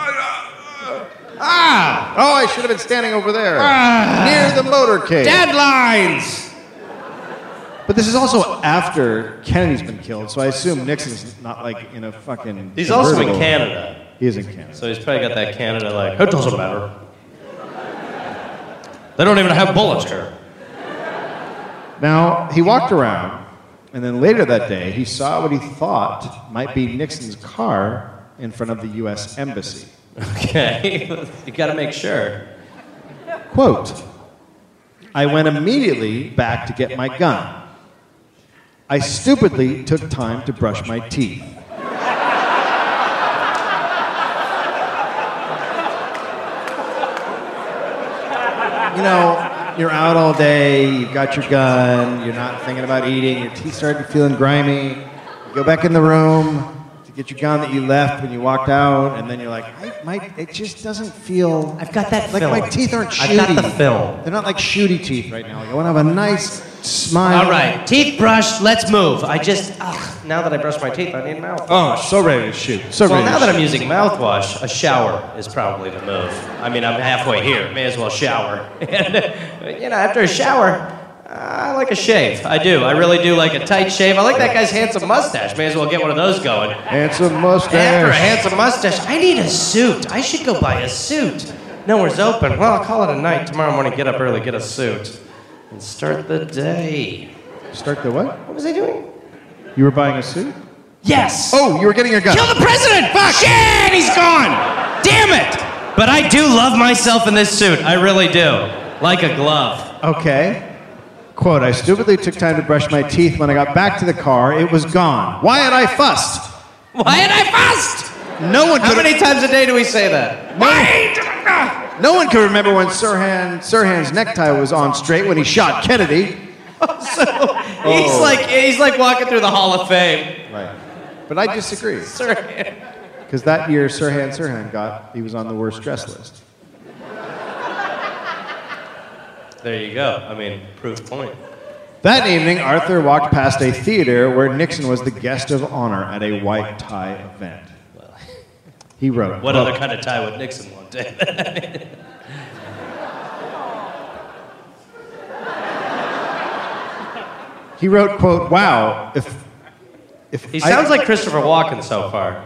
B: Ah! Oh, I should have been standing over there.
A: Uh.
B: near the motorcade.
E: Deadlines!
B: But this is also after Kennedy's been killed, so I assume Nixon's not like in a fucking.
A: He's also in
B: convertible.
A: Canada,
B: He is in Canada.
A: so he's probably got that Canada like, it doesn't matter. They don't even have bullets here.
B: Now, he walked around, and then later that day, he saw what he thought might be Nixon's car in front of the U.S. Embassy.
A: Okay. you got to make sure.
B: Quote I went immediately back to get my gun. I stupidly took time to brush my teeth. You know, you're out all day, you've got your gun, you're not thinking about eating, your teeth started feeling grimy. You go back in the room to get your gun that you left when you walked out, and then you're like, I, my, it just doesn't feel.
A: I've got that
B: Like
A: film.
B: my teeth aren't
A: I've
B: shooty.
A: got the film.
B: They're not like shooty teeth right now. Like, I want to have a nice smile.
A: All right, teeth brushed. Let's move. I just ugh, now that I brush my teeth, I need mouthwash.
B: Oh, so ready to shoot. So
A: well,
B: ready.
A: now
B: to
A: that I'm using mouthwash, a shower is probably the move. I mean, I'm halfway here. May as well shower. And you know, after a shower, I like a shave. I do. I really do like a tight shave. I like that guy's handsome mustache. May as well get one of those going.
B: shoot. handsome
A: After a
B: mustache.
A: handsome mustache, I need a suit. I should go buy a suit. Nowhere's open. Well, I'll call it a night tomorrow morning. Get up early, get a suit, and start the day.
B: Start the what?
A: What was I doing?
B: You were buying a suit?
A: Yes.
B: Oh, you were getting a gun.
A: Kill the president! Fuck! Shit, he's gone! Damn it! But I do love myself in this suit. I really do. Like a glove.
B: Okay. Quote, I stupidly took time to brush my teeth. When I got back to the car, it was gone. Why had I fussed?
A: Why had I fussed?
B: No one
A: How
B: could
A: many times a day do we say that?
B: no one could remember when Sirhan Sirhan's necktie was on straight when he shot Kennedy.
A: So, he's like he's like walking through the Hall of Fame.
B: Right. But I disagree.
A: Sir.
B: Because that year, Sirhan Sirhan got, he was on the worst dress list.
A: There you go. I mean, proof point.
B: That evening, Arthur walked past a theater where Nixon was the guest of honor at a white tie event. He wrote,
A: What other kind of tie would Nixon want, David?
B: He wrote, quote, "Wow, if if
A: He
B: I-
A: sounds like Christopher Walken so far.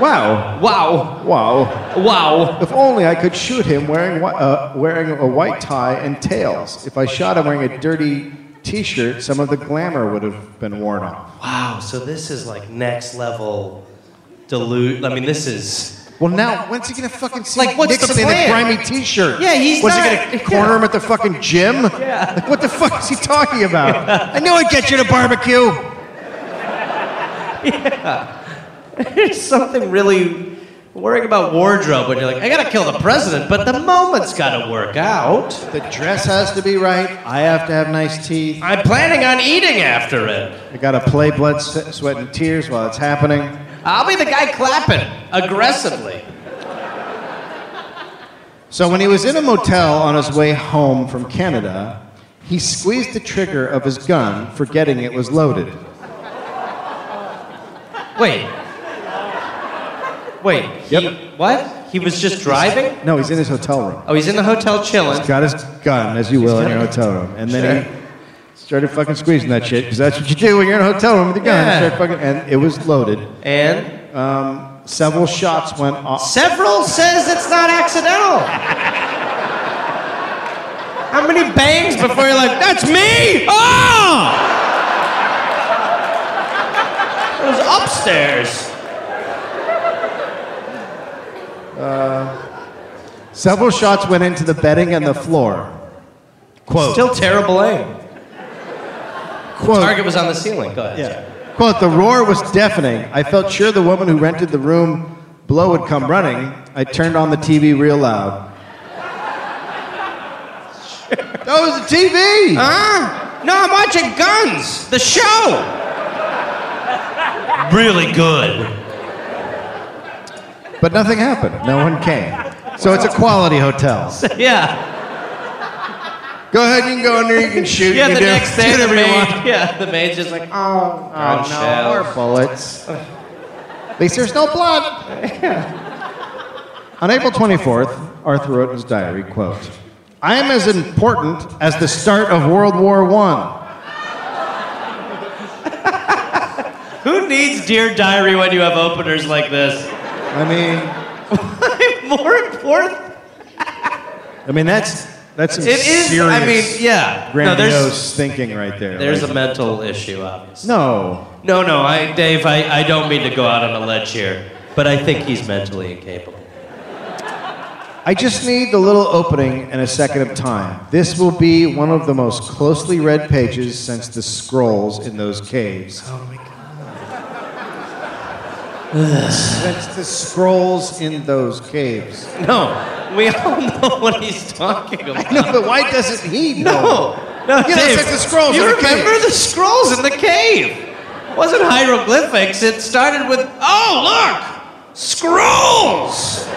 B: wow,
A: Wow.
B: wow,
A: Wow.
B: if only I could shoot him wearing whi- uh, wearing a white tie and tails. If I shot him wearing a dirty T-shirt, some of the glamour would have been worn off."
A: Wow. So this is like next level dilute. I mean, this is.
B: Well, now when's he gonna fucking see
A: Like, what's the
B: Nixon in a
A: plan?
B: grimy T-shirt?
A: Yeah, he's
B: was
A: not-
B: he gonna corner him at the fucking gym?
A: Yeah.
B: Like, what the fuck is he talking about? I knew I'd get you to barbecue.
A: There's something really worrying about wardrobe when you're like, I gotta kill the president, but the moment's gotta work out.
B: The dress has to be right. I have to have nice teeth.
A: I'm planning on eating after it.
B: I gotta play blood, s- sweat, and tears while it's happening.
A: I'll be the guy clapping aggressively.
B: So when he was in a motel on his way home from Canada, he squeezed the trigger of his gun, forgetting it was loaded.
A: Wait. Wait. he-
B: Yep.
A: what? He was just driving?
B: No, he's in his hotel room.
A: Oh, he's in the hotel chilling.
B: Got his gun, as you will, in your hotel room. And then he started fucking squeezing that shit, because that's what you do when you're in a hotel room with a gun.
A: Yeah.
B: Start fucking, and it was loaded.
A: And
B: Um, several shots went off.
A: several says it's not accidental. How many bangs before you're like, that's me? Oh! It was upstairs.
B: Several shots went into the bedding and the floor. Quote.
A: Still terrible aim.
B: quote.
A: Target was on the ceiling. Go ahead. sorry.
B: Quote, the roar was deafening. I felt sure the woman who rented the room below would come running. I turned on the TV real loud. That was the TV!
A: Huh? No, I'm watching Guns, the show.
F: Really good.
B: But nothing happened. No one came. So it's a quality hotel.
A: Yeah.
B: Go ahead, you can go in there, you can shoot.
A: Yeah,
B: you
A: the
B: can do-
A: next day,
B: do
A: the
B: whatever you want.
A: maid, yeah, the maid's just like, oh,
B: Oh, no, more bullets. At least there's no blood. On April 24th, Arthur wrote in his diary, quote, I am as important as the start of World War One.
A: Who needs Dear Diary when you have openers like this?
B: I mean,
A: More important?
B: I mean that's that's some
A: It is,
B: serious
A: I mean, yeah. No,
B: grandiose
A: there's,
B: thinking right there.
A: there's
B: right?
A: a mental issue, obviously.
B: no.
A: No, no, I, Dave, I, I don't mean to go out on a ledge here, but I think he's mentally incapable.
B: I just need the little opening and a second of time. This will be one of the most closely read pages since the scrolls in those caves. Oh my god. since the scrolls in those caves.
A: No, we all know what he's talking about.
B: No, but why doesn't he know?
A: No, no,
B: Yeah, that's
A: Dave,
B: like the scrolls
A: You
B: in the
A: remember
B: cave.
A: the scrolls in the cave? It wasn't hieroglyphics. It started with oh look, scrolls.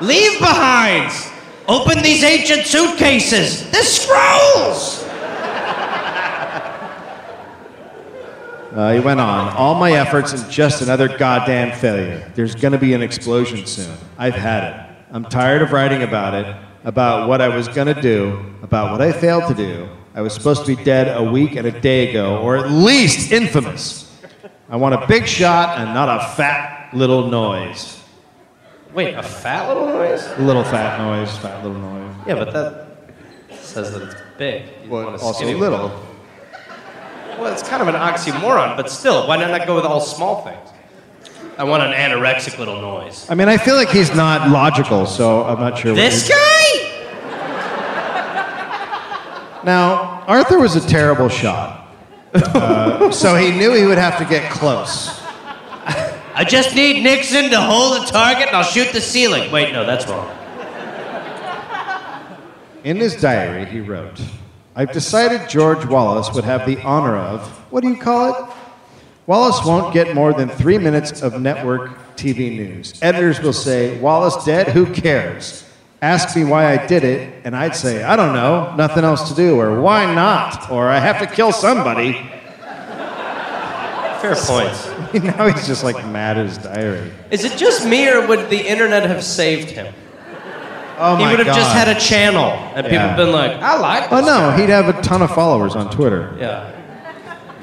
A: Leave behinds. Open these ancient suitcases. The scrolls.
B: Uh, he went on. All my efforts and just another goddamn failure. There's going to be an explosion soon. I've had it. I'm tired of writing about it, about what I was going to do, about what I failed to do. I was supposed to be dead a week and a day ago, or at least infamous. I want a big shot and not a fat little noise.
A: Wait, a fat little noise?
B: Little fat noise, fat little noise.
A: Yeah, but that says that it's big. You
B: Well,
A: want a
B: also
A: skinny one.
B: little.
A: Well, it's kind of an oxymoron, but still, why not go with all small things? I want an anorexic little noise.
B: I mean, I feel like he's not logical, so I'm not sure. what he's-
A: This guy?
B: Now, Arthur was a terrible shot. Uh, so he knew he would have to get close.
A: I just need Nixon to hold the target and I'll shoot the ceiling. Wait, no, that's wrong.
B: In his diary, he wrote, I've decided George Wallace would have the honor of, what do you call it? Wallace won't get more than three minutes of network TV news. Editors will say, Wallace dead? Who cares? Ask me why I did it, and I'd say, I don't know, nothing else to do, or why not, or I have to kill somebody.
A: Fair points.
B: now he's just like mad at his diary.
A: Is it just me or would the internet have saved him?
B: Oh my
A: he would have just
B: God.
A: had a channel and people
B: Yeah.
A: have been like, I like
B: Oh
A: this.
B: no, he'd have a ton of followers on Twitter.
A: Yeah.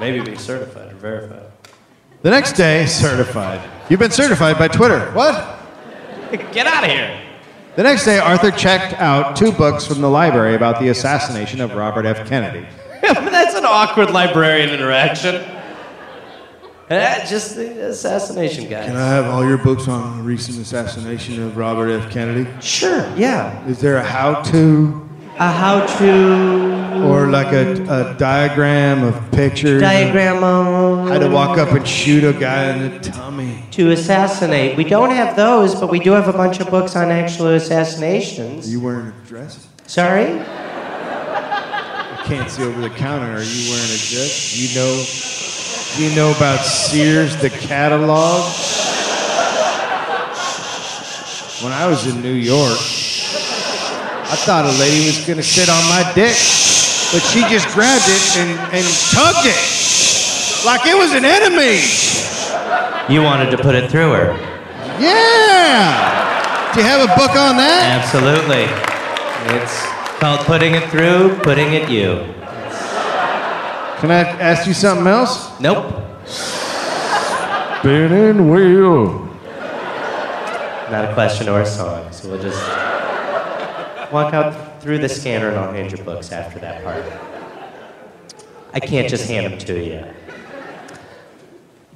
A: Maybe be certified or verified.
B: The next day, certified. You've been certified by Twitter. What?
A: Get out of here.
B: The next day, Arthur checked out two books from the library about the assassination of Robert F. Kennedy.
A: that's an awkward librarian interaction. Eh, just the assassination guy.
B: have all your books on the recent assassination of Robert F. Kennedy?
A: Sure, yeah.
B: Is there a how-to
A: A how to
B: or like a, a diagram of pictures?
A: diagram of-
B: How to walk up and shoot a guy in the tummy?
A: to assassinate. We don't have those, but we do have a bunch of books on actual assassinations.
B: You wearing a dress?
A: Sorry?
B: I can't see over the counter. Are you wearing a dress? You know, you know about Sears the catalog. When I was in New York, I thought a lady was gonna sit on my dick, but she just grabbed it and, and tugged it like it was an enemy.
A: You wanted to put it through her.
B: Yeah, Do you have a book on that?
A: Absolutely. It's called Putting It Through, Putting It You.
B: Can I ask you something else?
A: Nope.
F: Spinning wheel.
A: Not a question or a song. So we'll just walk out through the scanner and I'll hand your books after that part. I can't just hand them to you.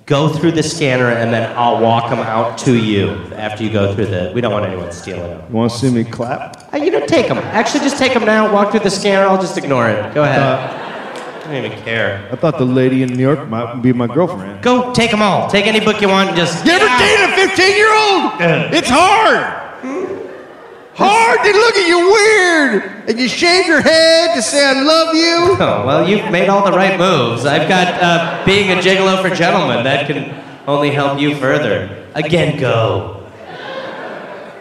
A: Go through the scanner and then I'll walk them out to you after you go through the. We don't want anyone stealing them.
B: You want to see me clap?
A: Uh, you know, take them. Actually, just take them now. Walk through the scanner. I'll just ignore it. Go ahead. I don't even care.
B: I thought the lady in New York might be my girlfriend.
A: Go take them all. Take any book you want and just. Ah.
G: You ever dated a 15 year old? It's hard. Hard. They look at you weird. And you shave your head to say, I love you.
A: Oh, well, you've made all the right moves. I've got uh, being a gigolo for gentlemen. That can only help you further. Again, go.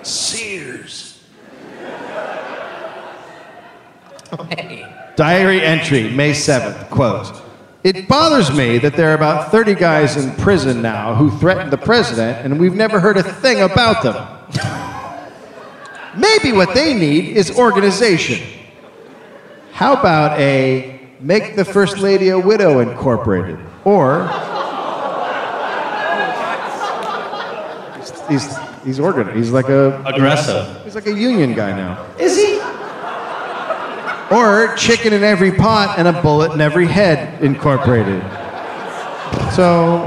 G: Sears.
B: Diary entry, May 7th, quote. It bothers me that there are about 30 guys in prison now who threatened the president, and we've never heard a thing about them. Maybe what they need is organization. How about a Make the First Lady a Widow Incorporated? Or. He's, he's organ. He's like a
A: Aggressive.
B: he's like a union guy now.
A: Is he?
B: Or chicken in every pot and a bullet in every head incorporated. So,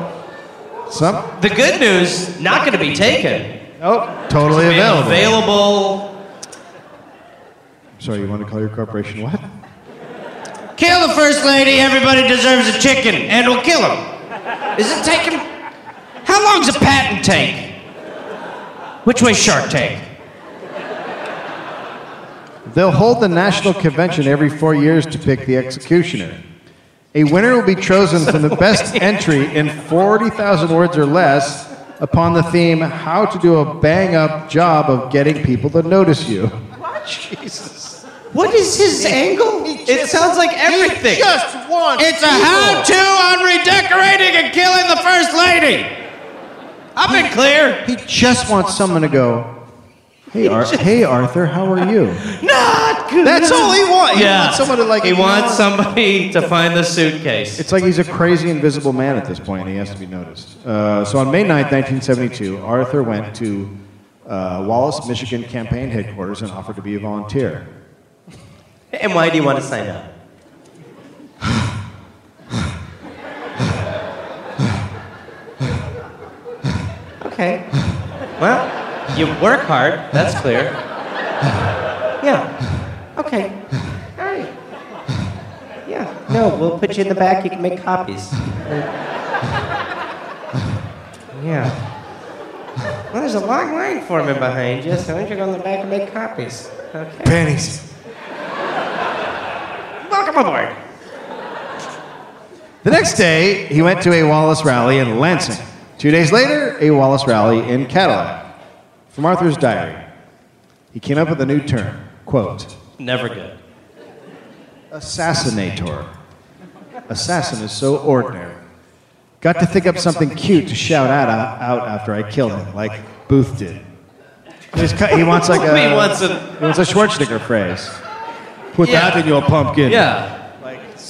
B: some,
A: The good news, not going to be taken.
B: oh, totally available.
A: Available.
B: Sorry, you want to call your corporation what?
A: Kill the first lady. Everybody deserves a chicken, and we'll kill him. Is it taking? How long's a patent take? Which way Shark Tank?
B: They'll hold the national convention every four years to pick the executioner. A winner will be chosen from the best entry in 40,000 words or less upon the theme How to Do a Bang Up Job of Getting People to Notice You.
A: What is his angle? It sounds like everything.
G: Just one.
A: It's a how-to on redecorating and killing the first lady. I've been clear.
B: He just wants someone to go, Hey, Ar- hey Arthur, how are you?
A: Not good.
B: That's all he wants. He wants someone to like.
A: He
B: you know,
A: wants somebody to find the suitcase.
B: It's like he's a crazy invisible man at this point. He has to be noticed. Uh, so on May 9th, 1972, Arthur went to uh, Wallace, Michigan campaign headquarters and offered to be a volunteer.
A: And why do you want to sign up? okay. Well, you work hard. That's clear. Yeah. Okay. All right. Yeah. No, we'll put you in the back. You can make copies. Yeah. Well, there's a long line forming behind you, so why don't you go in the back and make copies? Okay.
G: Panties.
A: Welcome aboard.
B: The next day, he went to a Wallace rally in Lansing. Two days later, a Wallace rally in Cadillac. From Arthur's diary, he came up with a new term. Quote,
A: Never good.
B: Assassinator. Assassin is so ordinary. Got to think up something cute to shout out, out after I killed him, like Booth did. Just cut, he wants like a,
A: He wants a-
B: he wants a Schwarzenegger phrase. Put
A: Yeah.
B: that in your pumpkin.
A: Yeah.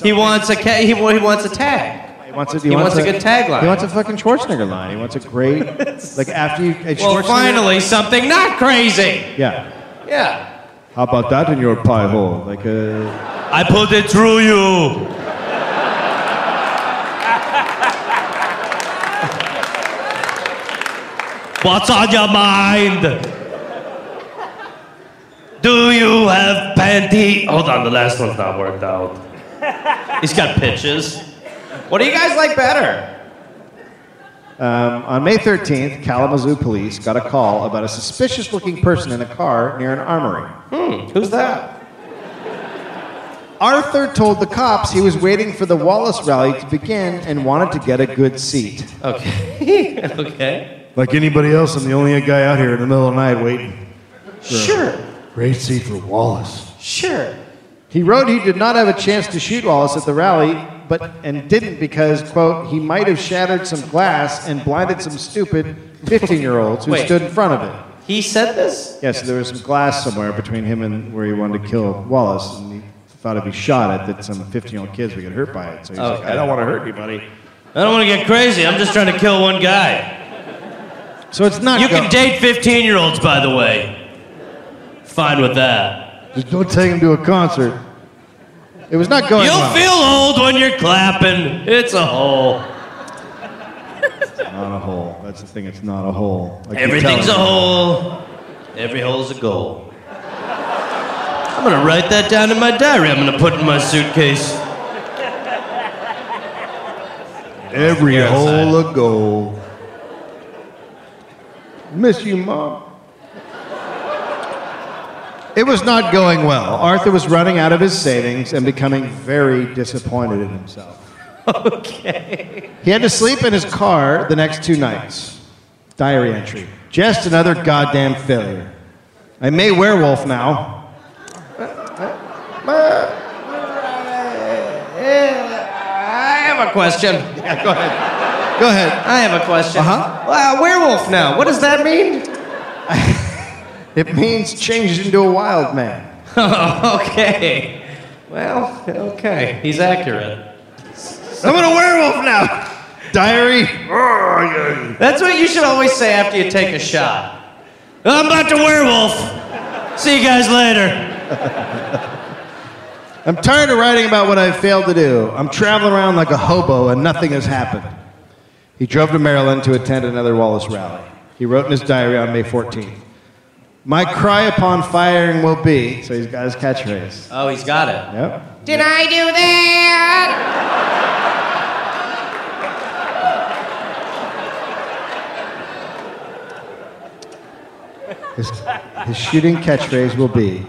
A: he wants a ca- he, wa- he wants a tag.
B: He wants a,
A: He wants a good tagline.
B: He wants a fucking Schwarzenegger line. He wants a great, like after you. and
A: Well,
B: Schwarzenegger-
A: finally something not crazy.
B: Yeah.
A: Yeah.
B: How about that in your pie hole? Like uh, a.
A: I put it through you. What's on your mind? Do you have panty? Hold on, the last one's not worked out. He's got pitches. What do you guys like better?
B: Um, on May 13th, Kalamazoo police got a call about a suspicious looking person in a car near an armory.
A: Who's that?
B: Arthur told the cops he was waiting for the Wallace rally to begin and wanted to get a good seat.
A: Okay. okay.
F: Like anybody else, I'm the only guy out here in the middle of the night waiting.
A: Sure.
F: Great seat for Wallace.
A: Sure.
B: He wrote he did not have a chance to shoot Wallace at the rally, but and didn't because, quote, he might have shattered some glass and blinded some stupid 15 year olds who
A: Wait.
B: stood in front of it.
A: He said this?
B: Yeah, so there was some glass somewhere between him and where he wanted to kill Wallace, and he thought if he shot it, that some 15 year old kids would get hurt by it. So he's like, I don't want to hurt anybody.
A: I don't want to get crazy. I'm just trying to kill one guy.
B: So it's not
A: You
B: go-
A: can date 15 year olds, by the way. Fine with that.
B: Just don't take him to a concert. It was not going
A: You'll
B: well.
A: feel old when you're clapping. It's a hole.
B: not a hole. That's the thing. It's not a hole. I keep
A: Everything's a
B: telling you.
A: hole. Every hole's a goal. I'm gonna write that down in my diary. I'm gonna put it in my suitcase.
G: Every
A: You're outside.
G: hole a goal. Miss you, Mom.
B: It was not going well. Arthur was running out of his savings and becoming very disappointed in himself.
A: Okay.
B: He had to sleep in his car the next two nights. Diary entry. Just another goddamn failure. I may werewolf now.
A: I have a question.
B: Yeah, go ahead. Go ahead.
A: I have a question.
B: Uh-huh.
A: Wow, werewolf now. What does that mean?
B: It means changed into a wild man.
A: okay. Well, okay. He's accurate.
B: I'm a werewolf now. Diary.
A: That's what you should always say after you take a shot. I'm about to werewolf. See you guys later.
B: I'm tired of writing about what I've failed to do. I'm traveling around like a hobo and nothing has happened. He drove to Maryland to attend another Wallace rally. He wrote in his diary on May 14th My cry upon firing will be. So he's got his catchphrase.
A: Oh, he's got it.
B: Yep.
E: Did I do that?
B: His, his shooting catchphrase will be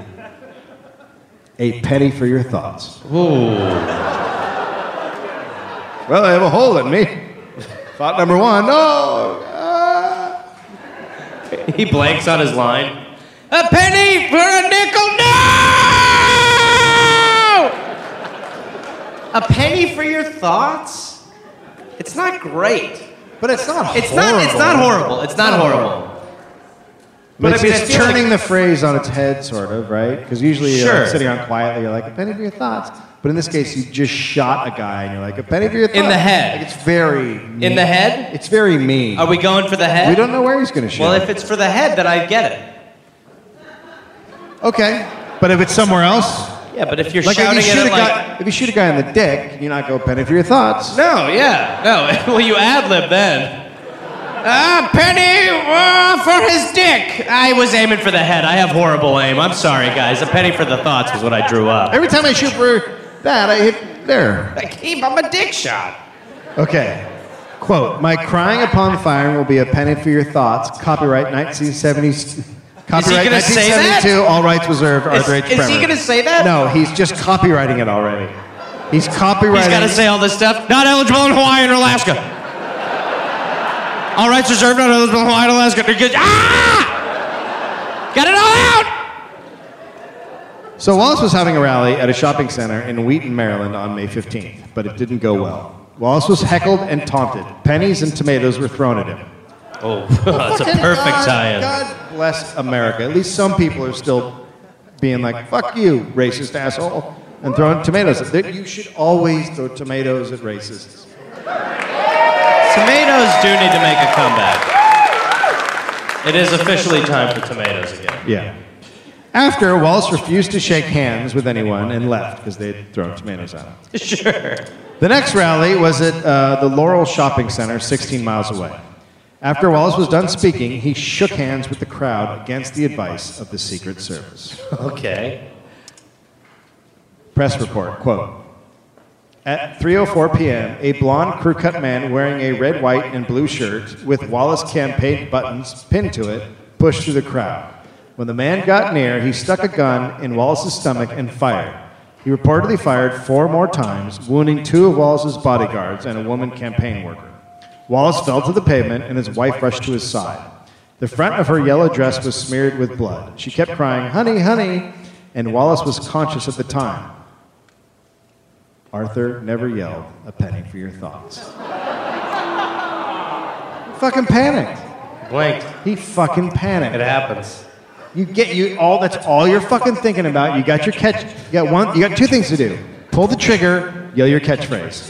B: a penny for your thoughts. Well, I have a hole in me. Thought number one, no. ah.
A: He blanks on his line. A penny for a nickel. No! A penny for your thoughts? It's not great.
B: But it's not
A: It's not. It's not horrible. It's not horrible.
B: But it's,
A: I mean, I
B: it's
A: feel like-
B: turning the phrase on its head, sort of, right? Because usually you're like,
A: Sure.
B: sitting on quietly, you're like, a penny for your thoughts. But in this case, you just shot a guy and you're like, a penny for your thoughts.
A: In the head.
B: Like, it's very mean.
A: In the head?
B: It's very mean.
A: Are we going for the head?
B: we don't know where he's going to shoot.
A: Well, if it's for the head, then I get it.
B: okay. But if it's somewhere else,
A: Yeah, but if you're
B: Like if
A: shouting
B: you,
A: it
B: shoot a
A: at like,
B: guy, if you shoot a guy in the dick, you not go penny for your thoughts.
A: no, yeah, no. well, you ad lib then.
E: A penny uh, for his dick.
A: I was aiming for the head. I have horrible aim. I'm sorry, guys. A penny for the thoughts was what I drew up.
B: Every time I shoot for that, I hit there.
E: I keep him a dick shot.
B: Okay. Quote: My crying upon firing will be a penny for your thoughts. Copyright 1970s. Copyright
A: gonna say
B: 1972. All rights reserved. Arthur H.
A: is he
B: Bremer.
A: gonna say that?
B: No, he's just copywriting it already. He's copywriting.
A: He's got to say all this stuff. Not eligible in Hawaii and Alaska. All rights reserved. Not eligible in Hawaii and Alaska. Ah! Got it all out.
B: So Wallace was having a rally at a shopping center in Wheaton, Maryland on May 15th, but it didn't go well. Wallace was heckled and taunted. Pennies and tomatoes were thrown at him.
A: Oh, that's a perfect
B: God,
A: tie-in.
B: God bless America. At least some people are still being like, fuck you, racist asshole, and throwing tomatoes. at- that- You should always throw tomatoes at racists.
A: Tomatoes do need to make a comeback. It is officially time for tomatoes again.
B: Yeah. After, Wallace refused to shake hands with anyone and left because they'd thrown tomatoes at him.
A: Sure.
B: The next rally was at uh, the Laurel Shopping Center, 16 miles away. After Wallace was done speaking, he shook hands with the crowd against the advice of the Secret Service.
A: Okay.
B: Press report, quote. At 3:04 p.m., a blonde crew-cut man wearing a red, white, and blue shirt with Wallace campaign buttons pinned to it pushed through the crowd. When the man got near, he stuck a gun in Wallace's stomach and fired. He reportedly fired four more times, wounding two of Wallace's bodyguards and a woman campaign worker. Wallace fell to the pavement, and his wife rushed to his side. The front of her yellow dress was smeared with blood. She kept crying, "Honey, honey," and Wallace was conscious at the time. Arthur never yelled a penny for your thoughts. Fucking panicked.
A: Blinked.
B: He fucking
A: It
B: panicked.
A: happens.
B: You get you all. That's all you're fucking thinking about. You got your catch. You got one. You got two things to do. Pull the trigger. Yell your catchphrase.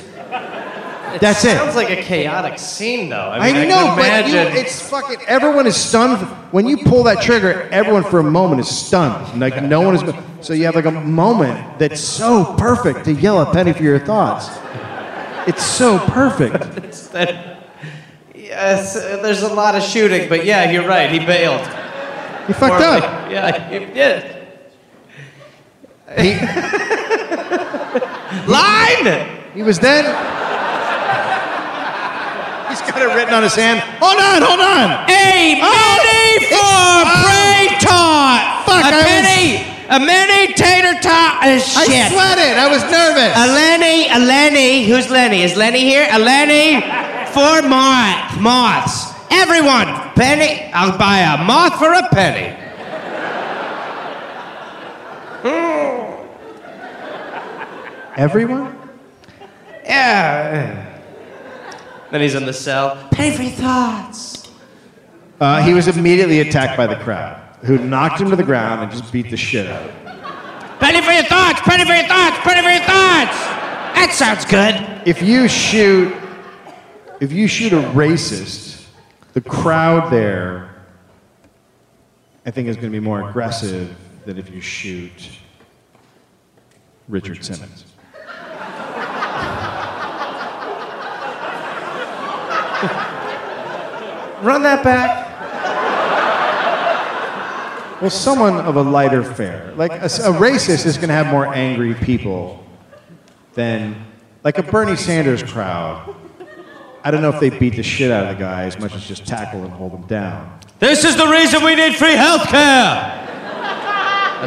B: That's it.
A: Sounds like a chaotic scene, though. I,
B: I
A: mean, I
B: know,
A: can
B: but you,
A: imagine.
B: it's fucking. Everyone is stunned when you pull that trigger. Everyone for a moment is stunned. Like no one is. So you have like a moment that's so perfect to yell at Penny for your thoughts. It's so perfect.
A: It's that- yes, uh, there's a lot of shooting, but yeah, you're right. He bailed.
B: You fucked
A: Or, like,
B: up.
A: Yeah, he did. Line!
B: He was then. He's got it written on his hand. Hold on, hold on.
E: A mini for brain tot.
B: Fuck,
E: a
B: I was-
E: mini, a mini tater tot is
B: I
E: shit.
B: sweated. I was nervous.
A: Uh,
E: A Lenny, a Lenny. Who's Lenny? Is Lenny here? A Lenny for moth, moths. Everyone, penny. I'll buy a moth for a penny.
B: Everyone.
E: Yeah.
A: Then he's in the cell.
E: Penny for your thoughts.
B: Uh, he was immediately attacked by the crowd, who knocked him to the ground and just beat the shit out. of him.
E: Penny for your thoughts. Penny for your thoughts. Penny for your thoughts. That sounds good.
B: if you shoot if you shoot a racist the crowd there i think is going to be more aggressive than if you shoot richard simmons
A: Run that back.
B: well someone of a lighter fare like a, a racist is going to have more angry people than like a bernie sanders crowd i don't know if they beat the shit out of the guy as much as just tackle and hold him down
E: This is the reason we need free health care.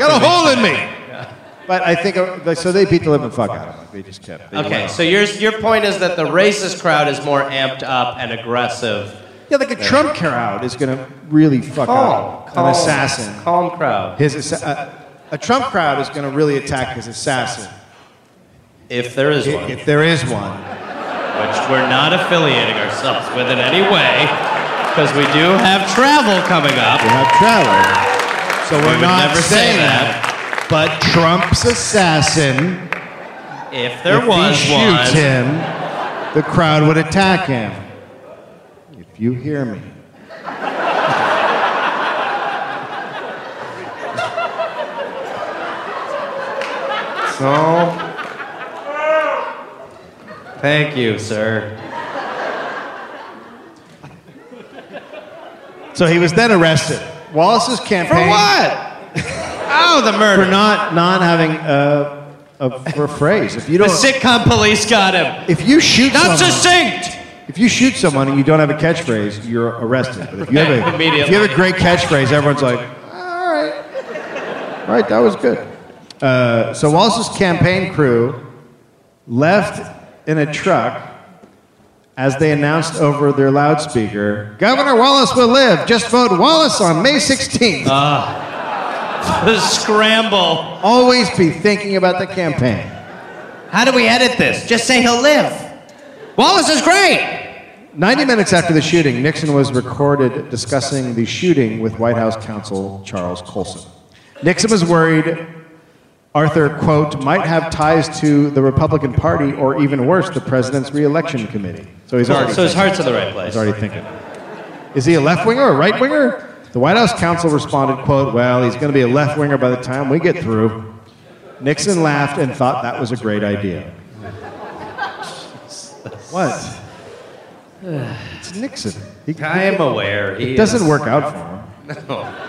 G: Got a hole in me.
B: but i think uh, so they beat the living fuck out of him they just kept they
A: Okay, so yours, your point is that the racist crowd is more amped up and aggressive.
B: Yeah, like a Trump crowd is going to really fuck up an assassin.
A: Calm crowd.
B: His assa- uh, a Trump crowd is going to really attack his assassin,
A: If there is
B: i-
A: one,
B: if there is one.
A: which we're not affiliating ourselves with in any way, because we do have travel coming
B: We
A: up.
B: have travel, so we're
A: would
B: not
A: never say
B: saying
A: that.
B: that. But Trump's assassin,
A: If there
B: if
A: was
B: he
A: one,
B: shoots him, the crowd would attack him. If you hear me.
A: So, thank you, sir.
B: So he was then arrested. Wallace's
A: For
B: campaign
A: what? oh, the murder.
B: for not not having a, a, for a phrase. If you
A: the
B: don't,
A: sitcom police got him.
B: if you shoot
A: Not
B: someone,
A: succinct.
B: If you shoot someone and you don't have a catchphrase, you're arrested. But if you have a,
A: Immediately.
B: if you have a great catchphrase, everyone's like, all right, all right, that was good. Uh, so Wallace's campaign crew left in a truck as they announced over their loudspeaker, Governor Wallace will live. Just vote Wallace on May 16th.
A: The scramble.
B: Always be thinking about the campaign.
E: How do we edit this? Just say he'll live. Wallace is great.
B: 90 minutes after the shooting, Nixon was recorded discussing the shooting with White House counsel Charles Colson. Nixon was worried Arthur, quote, might have ties to the Republican Party or even worse, the president's reelection committee. So he's already,
A: So his heart's in the right place.
B: he's already thinking. Is he a left winger or a right winger? The White House counsel responded, quote, well, he's going to be a left winger by the time we get through. Nixon laughed and thought that was a great idea. What? It's Nixon. He,
A: I am aware. He
B: it doesn't
A: is-
B: work out for him.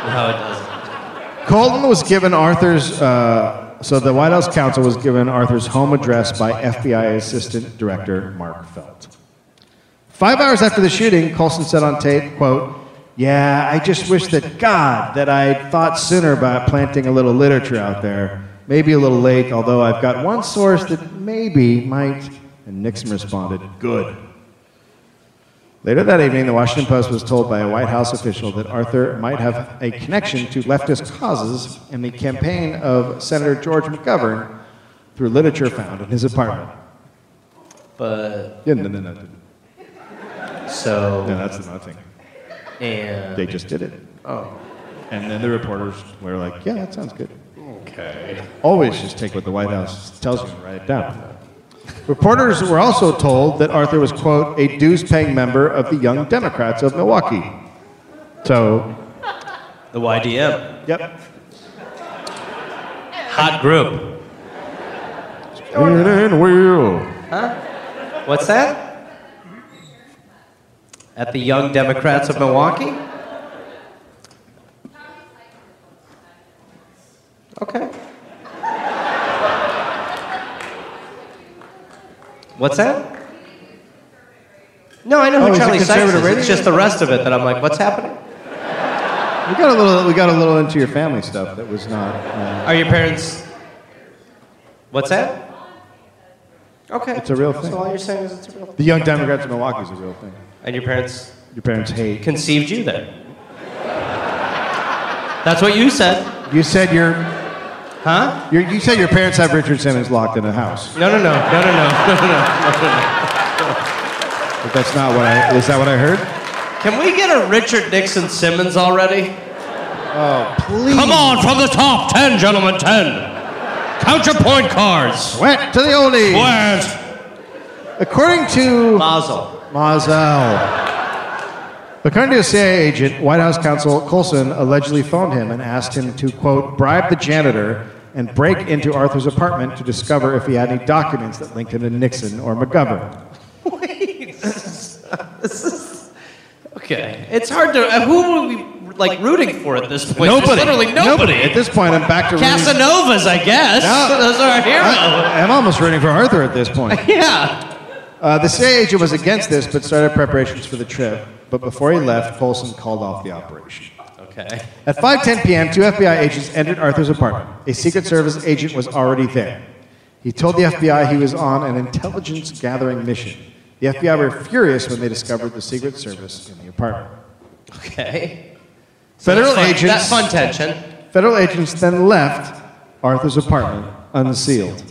A: No, it doesn't.
B: Colton was given Arthur's, uh, so the White House counsel was given Arthur's home address by FBI Assistant Director Mark Felt. Five hours after the shooting, Colson said on tape, quote, Yeah, I just wish that God that I thought sooner about planting a little literature out there. Maybe a little late, although I've got one source that maybe might. And Nixon responded, Good. Later that evening, the Washington Post was told by a White House official that Arthur might have a connection to leftist causes in the campaign of Senator George McGovern through literature found in his apartment.
A: But
B: Yeah, no, no, no, no.
A: So,
F: No, that's nothing.
A: and.
F: They just did it.
A: Oh,
F: And then the reporters were like, yeah, that sounds good.
A: okay.
F: Always just take what the White House tells you and write it down. Reporters were also told that Arthur was, quote, a dues paying member of the Young Democrats of Milwaukee. So,
A: The YDM.
F: yep.
A: Hot group.
F: And will.
A: What's that? At the Young Democrats of Milwaukee? Okay. What's that? No, I know
B: Oh,
A: who
B: he's a
A: Charlie Sykes
B: conservative
A: is.
B: radio
A: It's just the rest of it that I'm like, what's happening?
B: We got a little. We got a little into your family stuff that was not. Uh,
A: Are your parents? What's that? Okay.
B: It's a real thing.
A: So all you're saying is it's a real thing.
B: the Young Democrats of Milwaukee is a real thing.
A: And your parents
B: Your parents hate.
A: conceived you then. That's what you said,
B: You said your.
A: huh?
B: your you said your parents have Richard Simmons locked in a house,
A: No, no, no, no, no, no, no, no, no, no.
B: but that's not what I. Is that what I heard?
A: Can we get a Richard Nixon Simmons already?
B: Please.
A: on, from the top, ten, gentlemen, ten. Count your point cards.
B: Wet to the oldies.
A: Where's
B: According to
A: Basel?
B: Mazel. According to a CIA agent, White House counsel Colson allegedly phoned him and asked him to, quote, bribe the janitor and break into Arthur's apartment to discover if he had any documents that linked him to Nixon or McGovern.
A: Wait, this is okay. It's hard to. Uh, who are we like rooting for at this point? There's
F: Nobody.
A: literally nobody.
B: At this point, I'm back to rooting.
A: Casanovas, I guess.
B: No.
A: Those are our heroes.
B: I, I'm almost rooting for Arthur at this point.
A: yeah.
B: Uh, the CIA agent was against this but started preparations for the trip. But before he left, Colson called off the operation.
A: Okay.
B: At 5:10 p.m., two FBI agents entered Arthur's apartment. A Secret Service agent was already there. He told the FBI he was on an intelligence gathering mission. The FBI were furious when they discovered the Secret Service in the apartment.
A: Okay.
B: Federal
A: Fun- That
B: agents,
A: fun tension.
B: federal agents then left Arthur's apartment unsealed.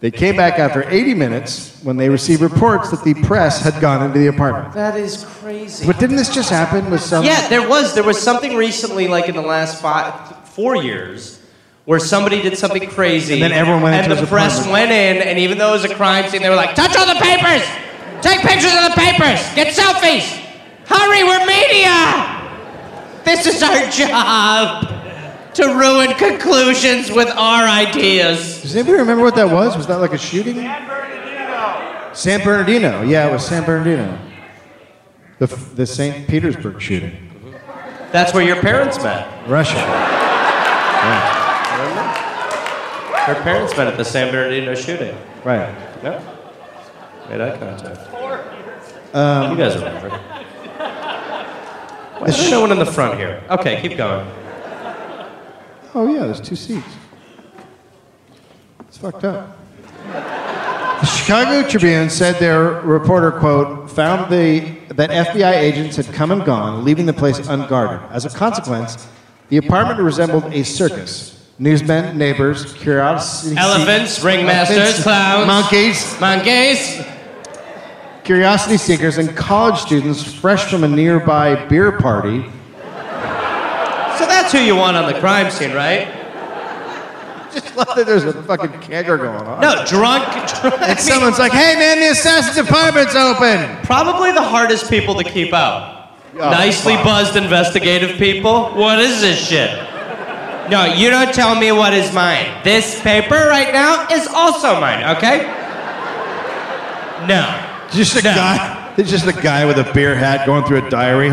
B: They came back after 80 minutes when they received reports that the press had gone into the apartment.
A: That is crazy.
B: But didn't this just happen with some?
A: Yeah, there was there was something recently, like in the last five, four years, where somebody did something crazy,
B: And then everyone went
A: and
B: into
A: the
B: his
A: press went
B: apartment.
A: in, and even though it was a crime scene, they were like, "Touch all the papers, take pictures of the papers, get selfies, hurry, we're media. This is our job to ruin conclusions with our ideas."
B: Does anybody remember what that was? Was that like a shooting? San Bernardino. Yeah, it was San Bernardino. The, the St. Petersburg shooting.
A: That's where your parents met.
B: Russia.
A: Her parents met at the San Bernardino shooting.
B: Right.
A: No. Made eye contact.
B: Um,
A: you guys remember. Why is there no one in the front here? Okay, keep going.
B: Oh, yeah, there's two seats. It's fucked up. The Chicago Tribune said their reporter, quote, found the, that FBI agents had come and gone, leaving the place unguarded. As a consequence, the apartment resembled a circus. Newsmen, neighbors, curiosity.
A: Elephants, ringmasters,
B: elephants,
A: clowns,
B: Monkeys.
A: monkeys.
B: curiosity seekers and college students fresh from a nearby beer party.
A: So that's who you want on the crime scene, right?
B: Just love that there's a fucking kegger going on.
A: No, drunk. drunk I mean,
B: And someone's like, hey man, the assassin's apartment's open.
A: probably the hardest people to keep out.
B: Oh,
A: Nicely buzzed investigative people. What is this shit? No, you don't tell me what is mine. This paper right now is also mine, okay? No.
B: Just a guy. It's just a guy with a beer hat going through a diary.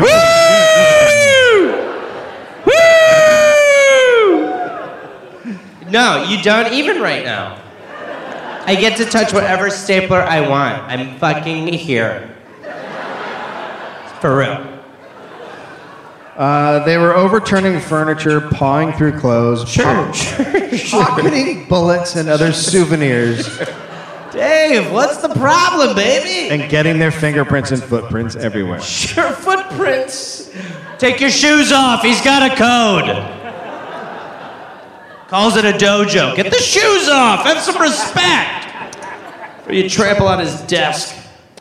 A: No, you don't even right now. I get to touch whatever stapler I want. I'm fucking here. For real.
B: Uh, they were overturning furniture, pawing through clothes,
A: Sure, sure, sure.
B: pocketing bullets and other souvenirs,
A: Dave, what's the problem, baby?
B: and getting their fingerprints and footprints everywhere.
A: Sure, footprints. Take your shoes off. He's got a code. Calls it a dojo. Get the shoes off. Have some respect. Or you trample on his desk.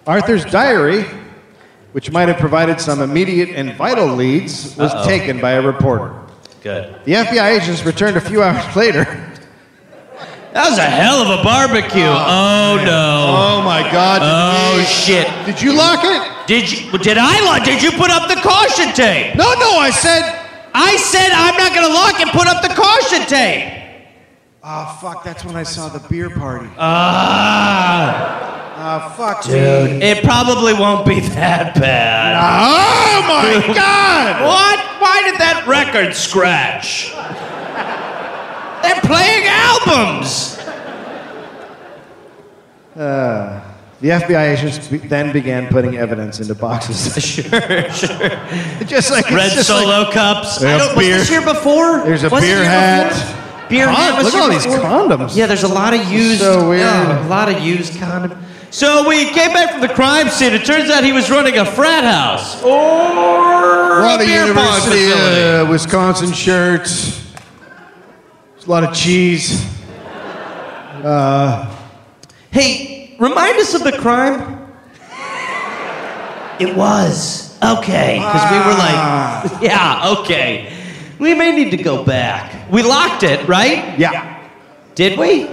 B: Arthur's diary which might have provided some immediate and vital leads, was
A: Uh-oh.
B: taken by a reporter.
A: Good.
B: The FBI agents returned a few hours later.
A: That was a hell of a barbecue. Oh, no.
B: Oh my God!
A: Oh shit.
B: Did you lock it?
A: Did you did I lock? Did you put up the caution tape?
B: No, no. I said.
A: I said I'm not gonna lock and put up the caution tape.
G: Oh, fuck, that's when I saw the beer party.
A: Ah,
G: Oh, fuck,
A: dude, it probably won't be that bad.
B: Oh my God!
A: What? Why did that record scratch? They're playing albums.
B: The FBI agents be- then began putting evidence into boxes.
A: Sure, sure.
B: just like it's
A: Red
B: just like-
A: solo cups.
B: They
A: I
B: have
A: don't, was
B: beer.
A: this year before?
B: There's a
A: Was it
B: beer
A: year
B: hat.
A: before? Beer
B: Con-
A: hat. was
B: look at
A: year
B: all these
A: before?
B: condoms.
A: Yeah, there's a lot of used.
B: So weird.
A: yeah, a lot of used condoms. So we came back from the crime scene. It turns out he was running a frat house or
B: A lot
A: a
B: of
A: beer pong
B: University
A: facility.
B: uh, Wisconsin shirts. There's a lot of cheese.
A: Hey, remind us of the crime. It was okay because we were
B: Ah.
A: like, yeah, okay. We may need to go back. We locked it, right?
B: Yeah,
A: Did we?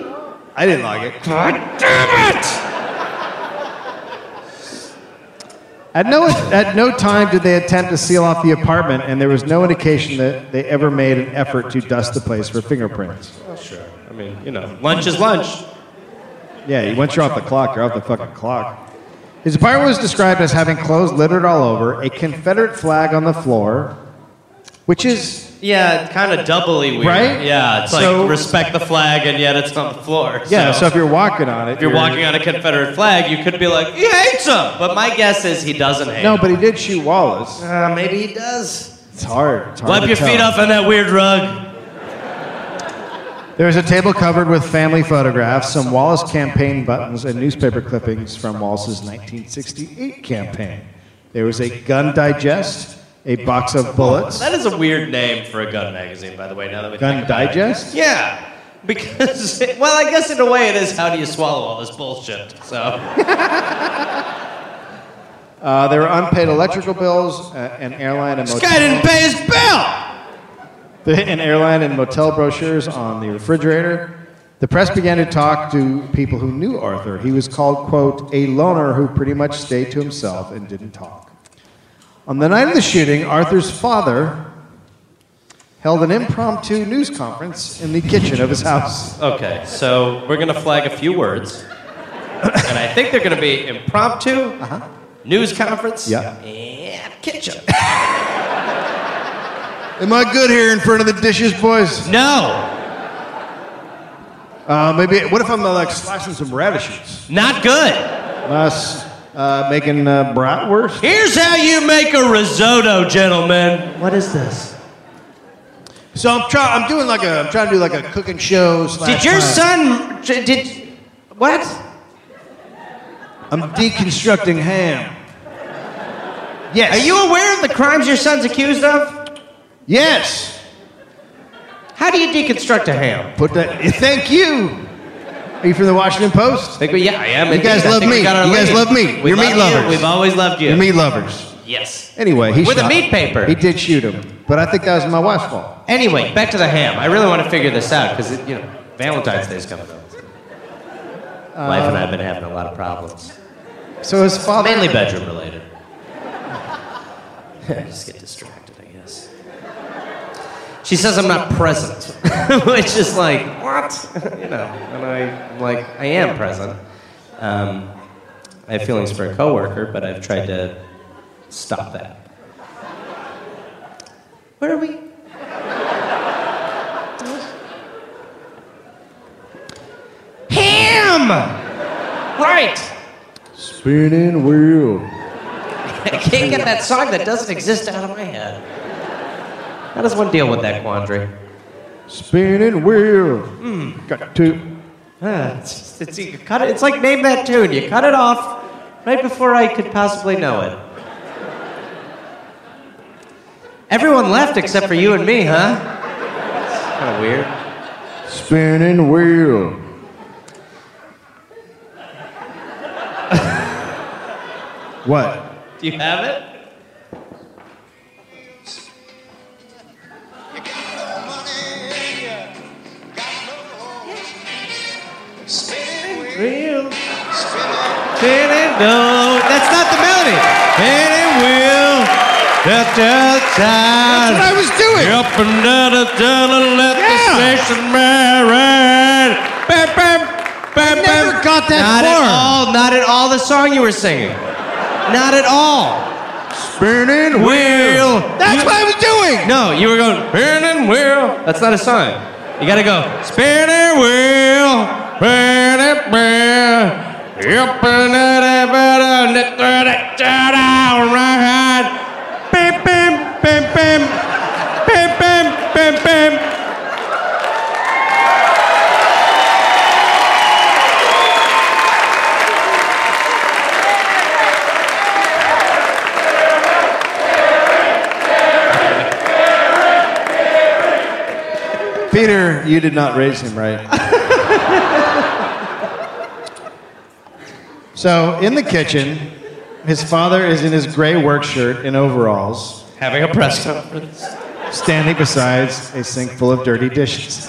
B: I didn't like it.
A: God damn it!
B: At no, at no time did they attempt to seal off the apartment, and there was no indication that they ever made an effort to dust the place for fingerprints.
A: I mean, you know, lunch is lunch.
B: Yeah, once you're off the clock, you're off the fucking clock. His apartment was described as having clothes littered all over, a Confederate flag on the floor, which is
A: Yeah, kind of doubly weird.
B: Right?
A: Yeah, it's
B: So-
A: like respect the flag, and yet it's on the floor.
B: yeah. So, if you're walking on it,
A: if you're walking on a Confederate flag, you could be like, he hates him. But my guess is he doesn't hate.
B: No, but he did shoot Wallace.
A: him. Uh, maybe he does.
B: It's hard. It's hard
A: Wipe
B: to
A: your
B: tell.
A: feet off on that weird rug.
B: There was a table covered with family photographs, some Wallace campaign buttons, and newspaper clippings from Wallace's 1968 campaign. There was a gun digest, a box of bullets.
A: That is a weird name for a gun magazine, by the way. Now that we
B: Gun
A: think about it.
B: digest?
A: Yeah, because well, I guess in a way it is. How do you swallow all this bullshit? So
B: Uh, there were unpaid electrical bills, uh, an airline and
A: this guy didn't
B: motel,
A: pay his bill.
B: an airline and motel brochures on the refrigerator. The press began to talk to people who knew Arthur. He was called, quote, a loner who pretty much stayed to himself and didn't talk. On the night of the shooting, Arthur's father held an impromptu news conference in the kitchen of his house.
A: Okay, so we're gonna flag a few words, and I think they're gonna be impromptu, news conference,
B: Yeah.
A: and kitchen.
B: Am I good here in front of the dishes, boys?
A: No,
B: Uh, maybe. What if I'm uh, like slicing some radishes?
A: not good.
B: Us uh, making uh, bratwurst.
A: Here's how you make a risotto, gentlemen. What is this?
B: So I'm trying. I'm doing like a. I'm trying to do like a cooking show.
A: Did
B: Slash
A: your
B: my-
A: son? d- Did what?
B: I'm deconstructing ham.
A: Yes. Are you aware of the crimes your son's accused of?
B: Yes.
A: How do you deconstruct a ham?
B: Put that. Thank you. Are you from the Washington Post?
A: Think we, yeah, I am.
B: You guys
A: indeed. I
B: love
A: think we
B: meat.
A: got our
B: You guys
A: lead.
B: love meat.
A: We
B: You're meat
A: love you.
B: lovers.
A: We've always loved you.
B: You're meat lovers.
A: Yes.
B: Anyway, he
A: With a
B: shot-
A: meat paper.
B: He did shoot him, but I think that was my wife's fault.
A: Anyway, back to the ham. I really want to figure this out because you know Valentine's Day's coming up.
B: Uh,
A: Wife and I have been having a lot of problems,
B: So his father.
A: mainly bedroom related. I just get distracted, I guess. She says I'm not present, which is like what? you know, and I, I'm like I am present. Um, I have feelings for a coworker, but I've tried to stop that. Where are we? Ham! Right!
B: Spinning wheel.
A: I can't get that song that doesn't exist out of my head. How does one deal with that quandary?
B: Spinning wheel. Got two.
A: Uh, it's, just- it's, you cut it, it's like name that tune. You cut it off right before I could possibly know it. Everyone left except for you and me, huh? It's kind of weird.
B: Spinning wheel. what?
A: Do you have it?
G: Real. Spin it, no. That's not the melody. Spin it, wheel. That's
E: That's what I was doing.
G: Up and down, and down, and let
E: Yeah.
G: the station married. Bam, bam, bam,
E: I
G: bam.
E: never got that
A: Not
E: far.
A: at all. Not at all. The song you were singing. Not at all.
E: Spinning
A: Wheel.
E: That's what I was doing.
A: No, you were going spinning wheel. That's not a song. You gotta go spinning wheel, spinning wheel. Up and down, and down, and down, and down, right. Bim, bim, bim, bim, bim, bim, bim, bim.
B: Peter, you did not raise him right. so, in the kitchen, his father is in his gray work shirt and overalls,
A: Having a press conference.
B: standing beside a sink full of dirty dishes.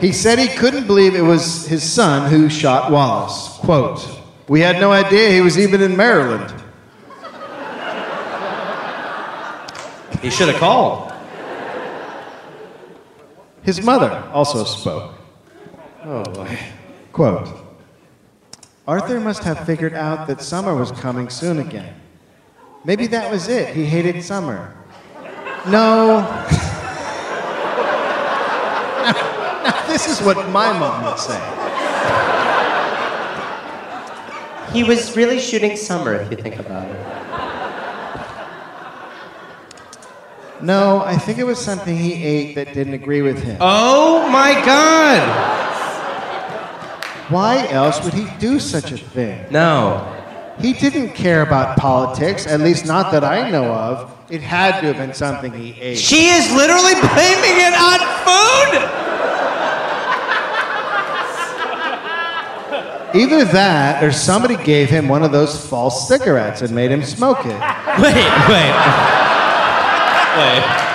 B: he said he couldn't believe it was his son who shot Wallace. Quote, We had no idea he was even in Maryland.
A: He should have called.
B: His mother also spoke.
A: Oh boy.
B: Quote Arthur must have figured out that summer was coming soon again. Maybe that was it. He hated summer. No. Now, this is what my mom would say.
A: He was really shooting summer, if you think about it.
B: No, I think it was something he ate that didn't agree with him.
A: Oh my god!
B: Why else would he do such a thing?
A: No.
B: He didn't care about politics, at least not that I know of. It had to have been something he ate.
A: She is literally blaming it on food!
B: Either that or somebody gave him one of those false cigarettes and made him smoke it.
A: Wait, wait. Wait.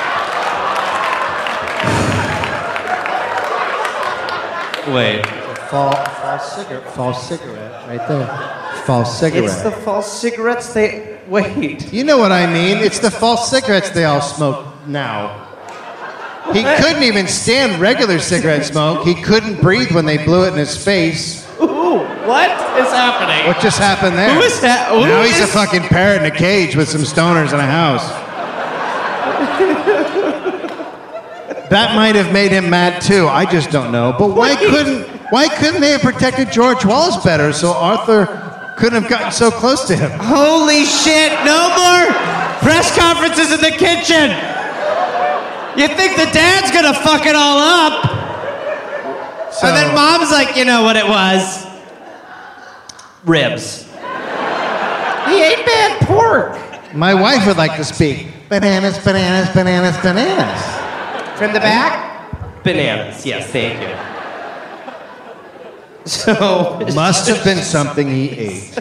A: Wait.
B: False, false cigarette. False cigarette. Right there. False cigarette.
A: It's the false cigarettes they. Wait.
B: you know what I mean. It's the false cigarettes they all smoke now. He couldn't even stand regular cigarette smoke. He couldn't breathe when they blew it in his face.
A: Ooh, what is happening?
B: What just happened there?
A: Who is that? Who
B: Now he's a
A: is-
B: fucking parrot in a cage with some stoners in a house. that might have made him mad too. I just don't know. But why couldn't why couldn't they have protected George Wallace better so Arthur couldn't have gotten so close to him?
G: Holy shit, no more press conferences in the kitchen. You think the dad's gonna fuck it all up.
B: So,
G: And then mom's like, you know what it was?
A: Ribs.
G: He ate bad pork.
B: my wife would like to speak. Bananas, bananas, bananas, bananas.
G: From the back?
A: Bananas. Yes, thank you. So.
B: Must have been something he ate.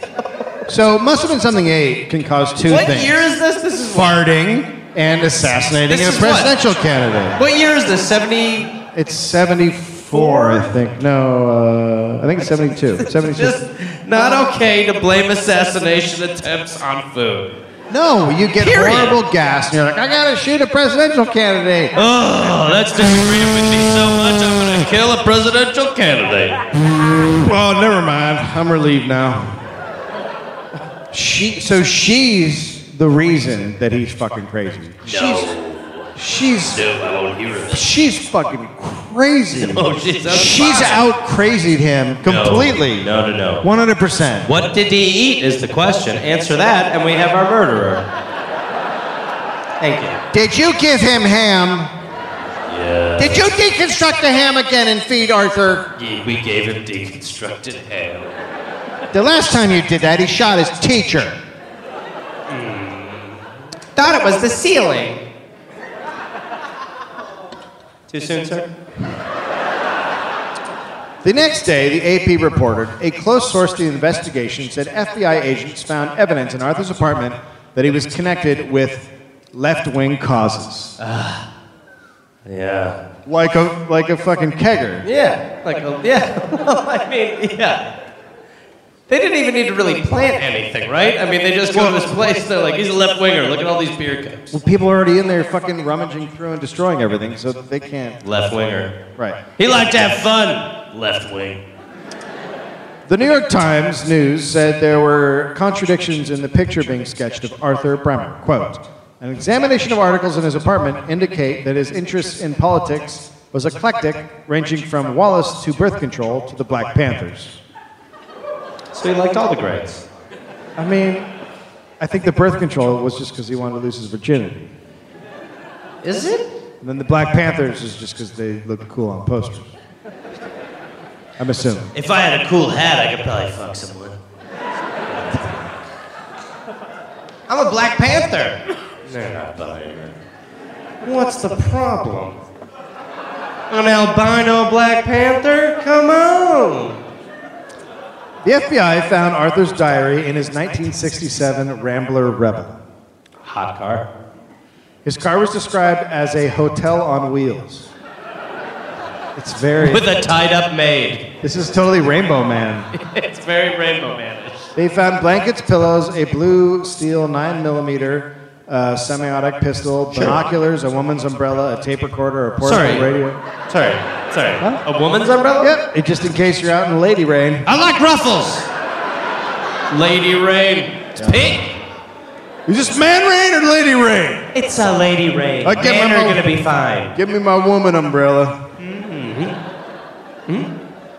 B: So must have been something he ate can cause two
A: What
B: things.
A: year is this? This is.
B: farting and assassinating
A: This
B: a
A: is what?
B: presidential candidate.
A: What year is this? 70.
B: It's 74, I think. No, uh, I think it's 72. 76.
A: just not okay to blame assassination attempts on food.
B: No, you get
A: Period.
B: horrible gas and you're like, I gotta shoot a presidential candidate.
A: Oh, that's disagreeing with me so much. I'm gonna kill a presidential candidate.
B: Oh, never mind. I'm relieved now. She, so she's the reason that he's fucking crazy. She's, she's,
A: No, I won't hear it.
B: she's fucking crazy.
A: Oh, she's out.
B: She's out crazied him completely.
A: No, no, no.
B: 100%.
A: What did he eat is the question. Answer that, and we have our murderer. Thank you.
B: Did you give him ham?
A: Yeah.
B: Did you deconstruct the ham again and feed Arthur?
A: We gave him deconstructed ham.
B: The last time you did that, he shot his teacher.
A: Thought it was the ceiling. Too soon, sir?
B: The next day, the AP reported a close source to the investigation said FBI agents found evidence in Arthur's apartment that he was connected with left wing causes.
A: Yeah.
B: Like a, like a fucking kegger.
A: Yeah. Like, a, yeah. Well, I mean, yeah. They didn't even need to really plant anything, right? I mean, they just go to this place. They're like, he's a left winger. Look at all these beer cups.
B: Well, people are already in there fucking rummaging through and destroying everything, so they can't.
A: Left winger.
B: Right.
A: He liked to have fun. Left wing.
B: The New York Times News said there were contradictions in the picture being sketched of Arthur Bremer. Quote An examination of articles in his apartment indicate that his interest in politics was eclectic, ranging from Wallace to birth control to the Black Panthers.
A: So he liked all the grades.
B: I mean, I think the birth control was just because he wanted to lose his virginity.
A: Is it?
B: And then the Black Panthers is just because they look cool on posters. I'm assuming.
A: If I had a cool hat, I could probably fuck someone. I'm a Black Panther. They're not buying it. What's the problem? An albino Black Panther? Come on.
B: The FBI found Arthur's diary in his 1967 Rambler Rebel.
A: Hot car.
B: His car was described as a hotel on wheels. It's very.
A: With a tied up maid.
B: This is totally Rainbow Man.
A: It's very Rainbow Manish.
B: They found blankets, pillows, a blue steel 9mm uh, semiotic pistol, binoculars, a woman's umbrella, a tape recorder, a portable
A: Sorry.
B: radio.
A: Sorry, sorry. A woman's umbrella?
B: Yep, it- just in case you're out in Lady Rain.
A: I like ruffles. Lady Rain. It's pink.
F: Is this man rain or lady rain?
A: It's a Lady Rain.
F: I get my
A: Men are
F: mo-
A: gonna be fine.
F: Give me my woman umbrella.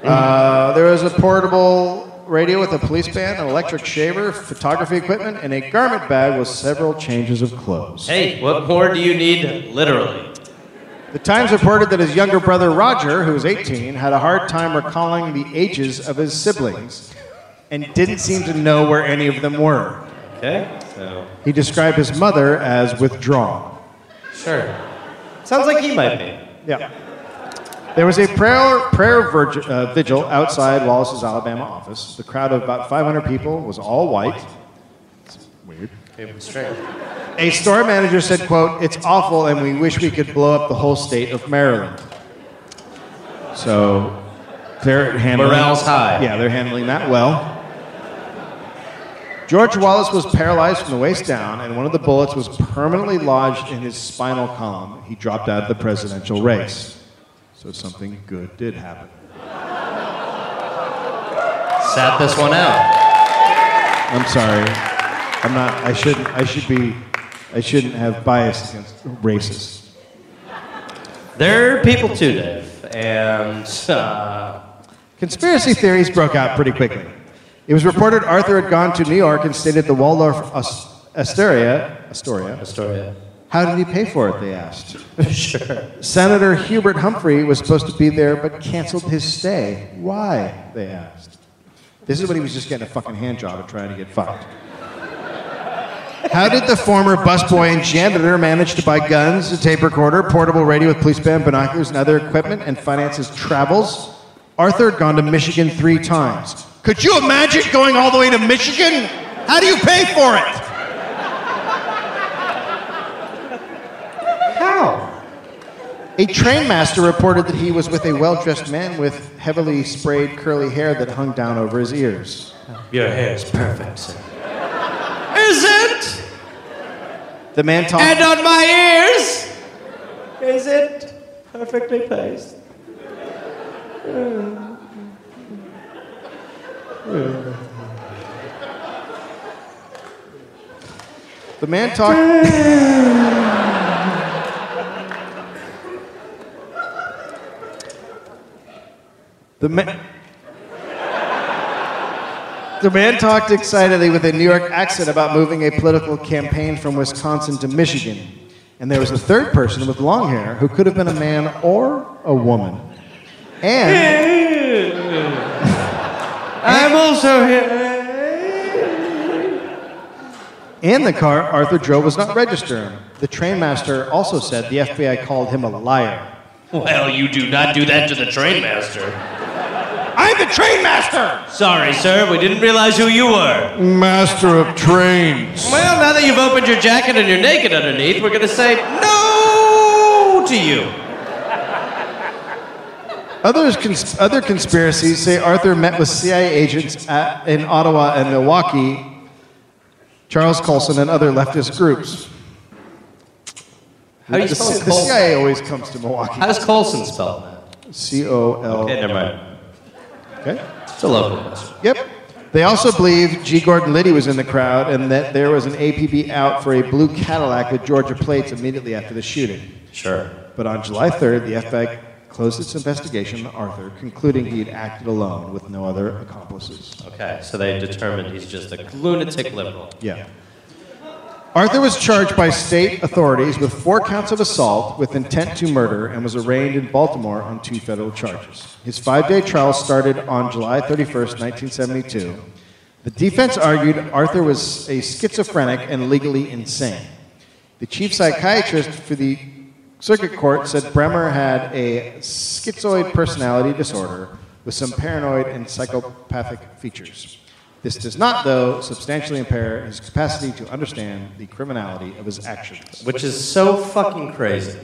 B: Uh, there was a portable radio with a police band, an electric shaver, photography equipment, and a garment bag with several changes of clothes.
A: Hey, what more do you need, literally?
B: The Times reported that his younger brother Roger, who was 18, had a hard time recalling the ages of his siblings and didn't seem to know where any of them were.
A: Okay, so.
B: He described his mother as withdrawn.
A: Sure. Sounds like he might be.
B: Yeah. There was a prayer, prayer virg- uh, vigil outside Wallace's Alabama office. The crowd of about 500 people was all white. A store manager said, quote, "It's awful and we wish we could blow up the whole state of Maryland." So they're handling
A: Morale's high.
B: Yeah, they're handling that well. George Wallace was paralyzed from the waist down, and one of the bullets was permanently lodged in his spinal column. He dropped out of the presidential race. So something good did happen.
A: Sat this one out.
B: I'm sorry. I'm not. I shouldn't. I should be. I shouldn't have bias against racists.
A: There are people too, Dave. And, uh,
B: Conspiracy theories broke out pretty quickly. It was reported Arthur had gone to New York and stayed at the Waldorf Ast- Astoria. Astoria.
A: Astoria.
B: How did he pay for it? They asked.
A: sure.
B: Senator Hubert Humphrey was supposed to be there but canceled his stay. Why? They asked. This is when he was just getting a fucking hand job and trying to get fucked. How did the former busboy and janitor manage to buy guns, a tape recorder, portable radio with police band, binoculars, and other equipment, and finance his travels? Arthur had gone to Michigan three times.
F: Could you imagine going all the way to Michigan? How do you pay for it?
B: A train master reported that he was with a well dressed man with heavily sprayed curly hair that hung down over his ears.
A: Your hair is perfect, sir. Is it?
B: The man talked.
A: And on my ears? Is it perfectly placed?
B: The man talked. the man. The man talked excitedly with a New York accent about moving a political campaign from Wisconsin to Michigan. And there was a third person with long hair who could have been a man or a woman. And
A: I'm also here.
B: in the car Arthur drove was not registering. The train master also said the FBI called him a liar.
A: Well, you do not do that to the train master.
G: I'm the train master!
A: Sorry, sir, we didn't realize who you were.
G: Master of trains.
A: Well, now that you've opened your jacket and you're naked underneath, we're gonna say no to you.
F: Others cons- other conspiracies say Arthur met with CIA agents at, in Ottawa and Milwaukee, Charles Colson, and other leftist groups.
A: How do you
F: The, C-
A: spell
F: the
A: Colson?
F: CIA always comes to Milwaukee.
A: How's Colson spelled? Matt?
F: C O L.
A: Okay, never mind.
F: Okay.
A: It's a local question.
F: Yep. They also believe G. Gordon Liddy was in the crowd and that there was an APB out for a blue Cadillac with Georgia plates immediately after the shooting.
A: Sure.
F: But on July 3rd, the FBI closed its investigation on Arthur, concluding he had acted alone with no other accomplices.
A: Okay, so they determined he's just a lunatic liberal.
F: Yeah. Arthur was charged by state authorities with four counts of assault with intent to murder and was arraigned in Baltimore on two federal charges. His five day trial started on July 31st, 1972. The defense argued Arthur was a schizophrenic and legally insane. The chief psychiatrist for the circuit court said Bremer had a schizoid personality disorder with some paranoid and psychopathic features. This does not, though, substantially impair his capacity to understand the criminality of his actions.
A: Which is so fucking crazy.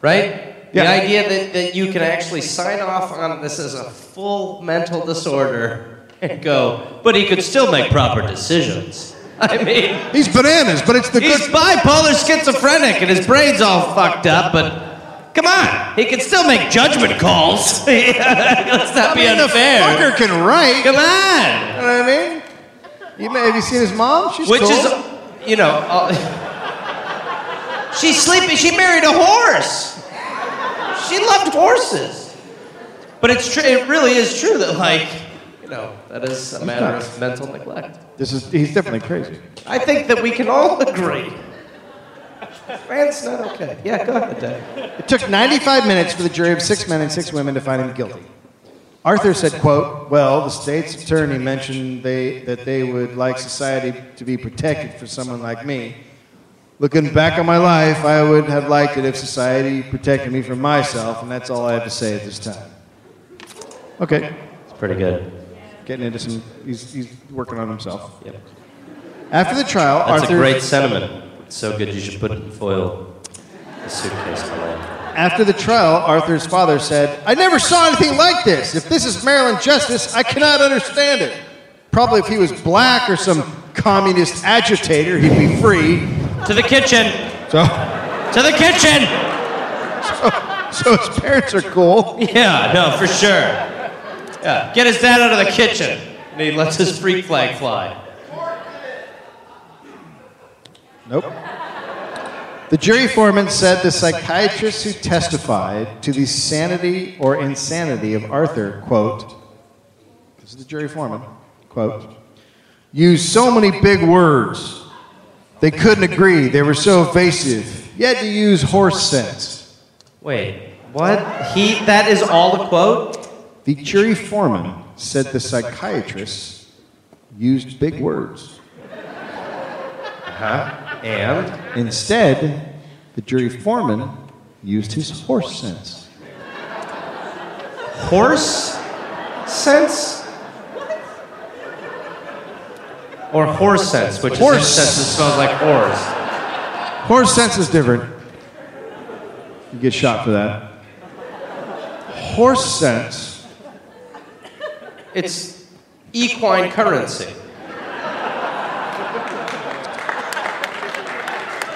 A: Right? The
F: Yeah.
A: idea that, that you can actually sign off on this as a full mental disorder and go, but he could still make proper decisions. I mean,
G: He's bananas, but it's the
A: he's
G: good.
A: bipolar schizophrenic and his brain's all fucked up, but come on, he can still make judgment calls. Let's not be unfair.
F: Fucker can write. You
A: Come on.
F: know what I mean? You may, have you seen his mom? She's
A: Which
F: cool.
A: is, you know, uh, she's sleeping. She married a horse. She loved horses. But it's true. It really is true that, like, you know, that is a matter of mental neglect.
F: This is he's definitely crazy.
A: I think that we can all agree. Fran's not okay. Yeah, go ahead, Dave.
F: It took 95 minutes for the jury of six men and six women to find him guilty. Arthur said, quote, Well, the state's attorney mentioned they, that they would like society to be protected for someone like me. Looking back on my life, I would have liked it if society protected me from myself, and that's all I have to say at this time. Okay,
A: It's pretty good.
F: getting into some, he's, he's working on himself.
A: Yep.
F: After the trial,
A: That's
F: Arthur.
A: a great sentiment. It's so good you should put it in foil. The suitcase. below.
F: After the trial, Arthur's father said, I never saw anything like this. If this is Maryland justice, I cannot understand it. Probably if he was black or some communist agitator, he'd be free.
A: To the kitchen.
F: So,
A: To the kitchen.
F: so his parents are cool.
A: Yeah, no, for sure. Yeah, get his dad out of the kitchen. And he lets his freak flag fly.
F: Nope. The jury foreman said the psychiatrist who testified to the sanity or insanity of Arthur, quote, this is the jury foreman, quote, used so many big words. They couldn't agree. They were so evasive. You had to use horse sense.
A: Wait, what? He? That is all the quote?
F: The jury foreman said the psychiatrist used big words.
A: Uh-huh. And?
F: Instead, the jury foreman used his horse sense.
A: Horse sense? Or horse sense, which
F: Horse.
A: is sense that smells like horse.
F: Horse sense is different. You get shot for that. Horse sense.
A: It's equine currency.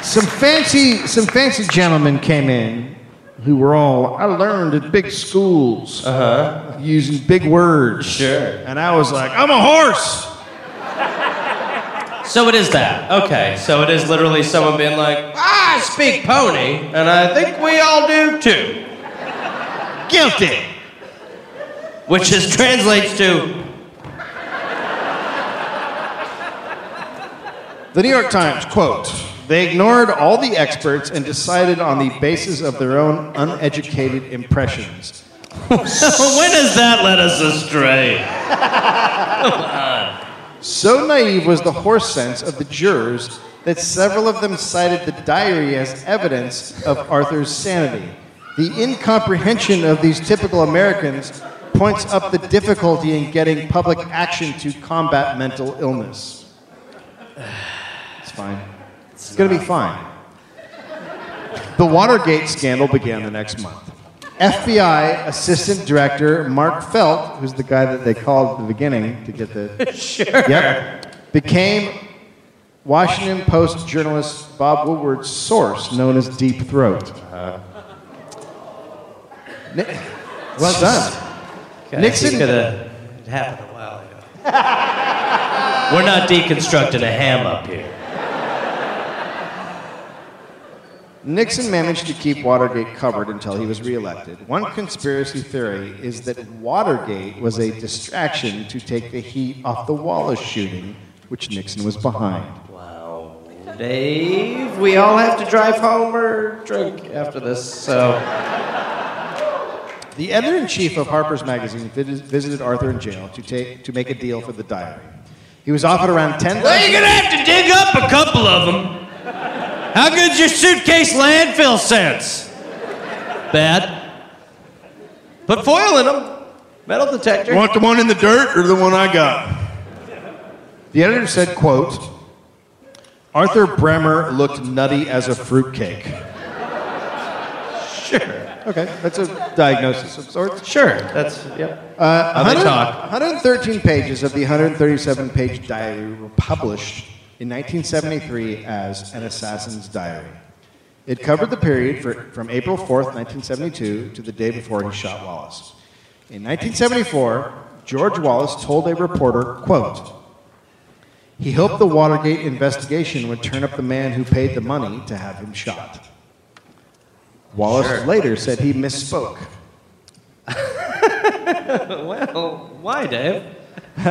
F: Some fancy, some fancy gentlemen came in who were all. I learned at big schools uh-huh. using big words.
A: Sure.
F: And I was like, I'm a horse.
A: So it is that. Okay, so it is literally someone being like, I speak pony, and I think we all do too. Guilty. Which is translates to,
F: The New York Times quote. They ignored all the experts and decided on the basis of their own uneducated impressions.
A: when does that led us astray?
F: So naive was the horse sense of the jurors that several of them cited the diary as evidence of Arthur's sanity. The incomprehension of these typical Americans
B: points up the difficulty in getting public action to combat mental illness. It's fine. It's going to be fine. The Watergate scandal began the next month. FBI Assistant Director Mark Felt, who's the guy that they called at the beginning to get the.
A: Sure.
B: Yep. Became Washington Post journalist Bob Woodward's source, known as Deep Throat. Ni- well done.
A: Okay,
B: Nixon-
A: it's gonna- it happened a while ago. We're not deconstructing a ham up here.
B: Nixon managed to keep Watergate covered until he was reelected. One conspiracy theory is that Watergate was a distraction to take the heat off the Wallace shooting, which Nixon was behind.
A: Wow, Dave, we all have to drive home or drink after this, so.
B: The editor in chief of Harper's Magazine vis- visited Arthur in jail to, take, to make a deal for the diary. He was offered around ten.
A: Well, you're gonna have to dig up a couple of them. How good's your suitcase landfill sense? Bad. But foil in them. Metal detector.
H: Want the one in the dirt or the one I got?
B: The editor said, "Quote: Arthur Bremer looked nutty as a fruitcake."
A: Sure.
B: Okay, that's a diagnosis of sorts.
A: Sure. That's yep.
B: Uh,
A: How they
B: 100
A: talk.
B: 113 pages of the 137 page diary were published in 1973 as An Assassin's Diary. It covered the period for, from April 4th, 1972 to the day before he shot Wallace. In 1974, George Wallace told a reporter, quote, he hoped the Watergate investigation would turn up the man who paid the money to have him shot. Wallace later said he misspoke.
A: Well, why, Dave?
B: The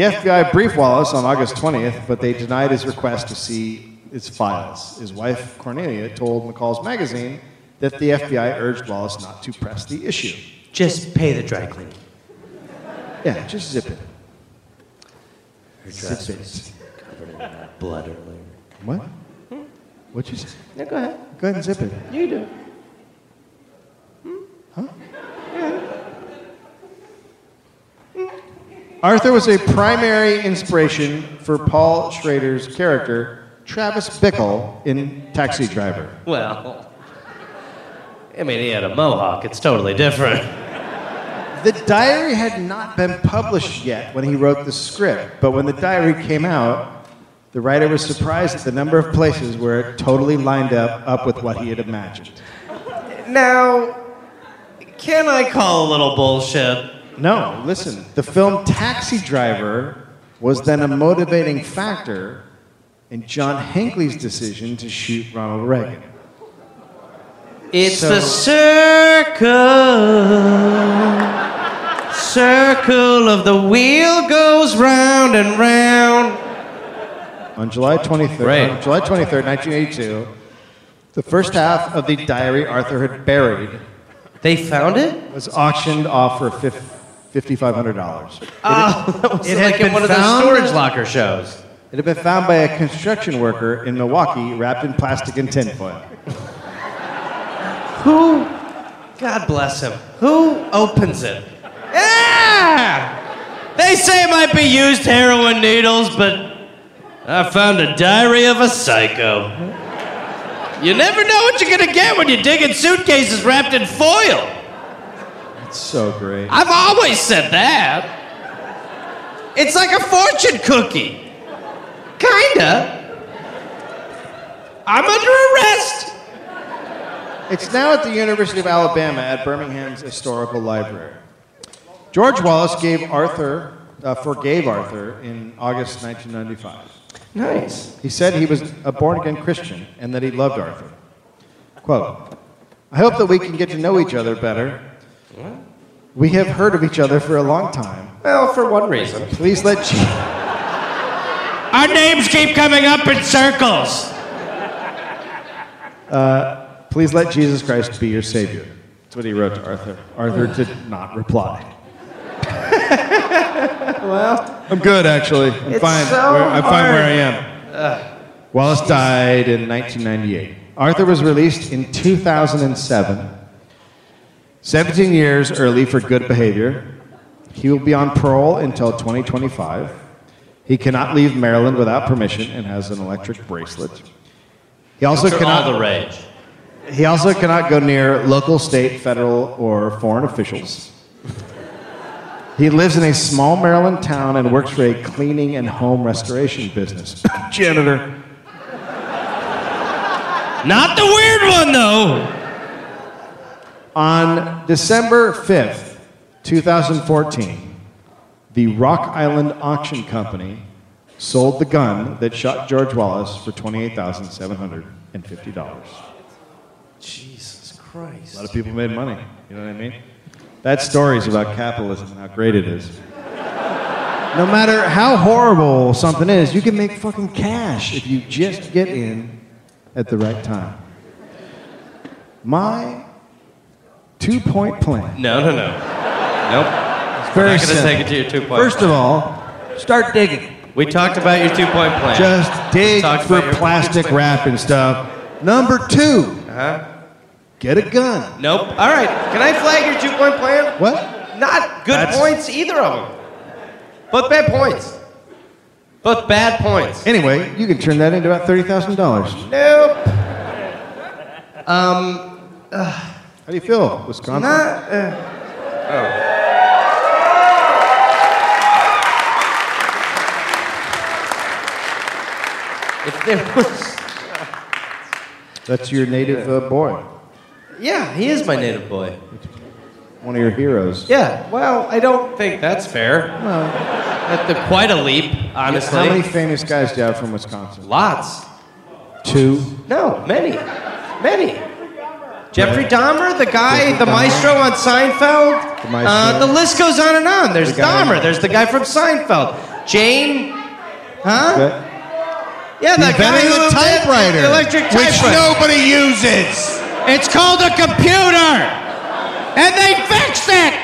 B: FBI briefed Wallace on August 20th, but they denied his request to see his files. His wife, Cornelia, told McCall's magazine that the FBI urged Wallace not to press the issue.
A: Just pay the dry cleaning.
B: Yeah, just zip it.
A: Her dress was covered in that blood earlier.
B: What? Hmm? What'd you say?
A: No, go ahead.
B: Go ahead and zip it. Hmm?
A: You do.
B: Hmm? Arthur was a primary inspiration for Paul Schrader's character, Travis Bickle, in Taxi Driver.
A: Well, I mean, he had a mohawk. It's totally different.
B: The diary had not been published yet when he wrote the script, but when the diary came out, the writer was surprised at the number of places where it totally lined up up with what he had imagined.
A: Now, can I call a little bullshit?
B: No, listen, the film Taxi Driver was then a motivating factor in John Hinckley's decision to shoot Ronald Reagan.
A: It's
B: So-
A: the circle. Circle of the wheel goes round and round.
B: On July 23rd,
A: Right.
B: on July 23rd, 1982, the first half of the diary Arthur had buried
A: They found it?
B: was auctioned off for fif- $5,500.
A: Oh, that was
B: it had
A: like in
B: been
A: one of those
B: found?
A: storage locker shows.
B: It had been found by a construction worker in Milwaukee wrapped in plastic and tinfoil.
A: Who? God bless him. Who opens it? Yeah! They say it might be used heroin needles, but I found a diary of a psycho. You never know what you're gonna get when you're digging suitcases wrapped in foil.
B: It's so great.
A: I've always said that. It's like a fortune cookie. Kinda. I'm under arrest.
B: It's now at the University of Alabama at Birmingham's Historical Library. George Wallace gave Arthur, uh, forgave Arthur in August 1995.
A: Nice.
B: He said he was a born again Christian and that he loved Arthur. Quote I hope that we can get to know each other better. We have heard of each other for a long time.
A: Well, for one reason.
B: Please let Chief.
A: Our names keep coming up in circles.
B: Please let Jesus Christ be your Savior. That's what he wrote to Arthur. Arthur did not reply.
H: I'm good, actually. I'm
A: It's
H: fine.
A: so
H: where, I'm fine where I
A: hard.
H: am.
B: Wallace died in 1998. Arthur was released in 2007, 17 years early for good behavior. He will be on parole until 2025. He cannot leave Maryland without permission and has an electric bracelet. He also
A: Those are
B: cannot
A: all the rage.
B: he also cannot go near local, state, federal, or foreign officials. He lives in a small Maryland town and works for a cleaning and home restoration business. Janitor.
E: Not the weird one, though.
B: On December 5th, 2014, the Rock Island Auction Company sold the gun that shot George Wallace for $28,750.
A: Jesus Christ.
B: A lot of people made money. You know what I mean? That story is about capitalism and how great it is. No matter how horrible something is, you can make fucking cash if you just get in at the right time. My two point plan.
A: No, no, no. Nope. We're
B: It's
A: not
B: very
A: going to
B: simple.
A: take it to your two point.
B: First of all, start digging.
A: we talked about your two point plan.
B: Just dig
A: Talked
B: for
A: about your-
B: plastic wrap and stuff. Number two,
A: uh-huh.
B: get a gun.
A: Nope. All right. Can I flag your two point plan?
B: What?
A: Not good
B: That's-
A: points, either of them. Both bad points. Both bad points.
B: Anyway, you can turn that into about $30,000.
A: Nope.
B: How do you feel, Wisconsin?
A: Not. Uh, oh. If there was.
B: That's your native uh, boy,
A: Yeah, he is my native boy.
B: one of your heroes.
A: Yeah, well, I don't think that's fair. That's the- quite a leap, honestly.
B: How many famous guys do you have from Wisconsin?
A: Lots.
B: Two.
A: No, many. Many. Jeffrey Dahmer, the guy, the maestro on Seinfeld.
B: The
A: The,
B: maestro.
A: uh, the list goes on and on. There's
B: The guy-
A: Dahmer. There's the guy from Seinfeld. Jane. Huh?
B: That-
A: Yeah, the guy
I: Invented
A: who
I: the
A: invented
I: typewriter,
A: the electric
I: which
A: typewriter.
I: nobody uses.
E: It's called a computer, and they fixed it.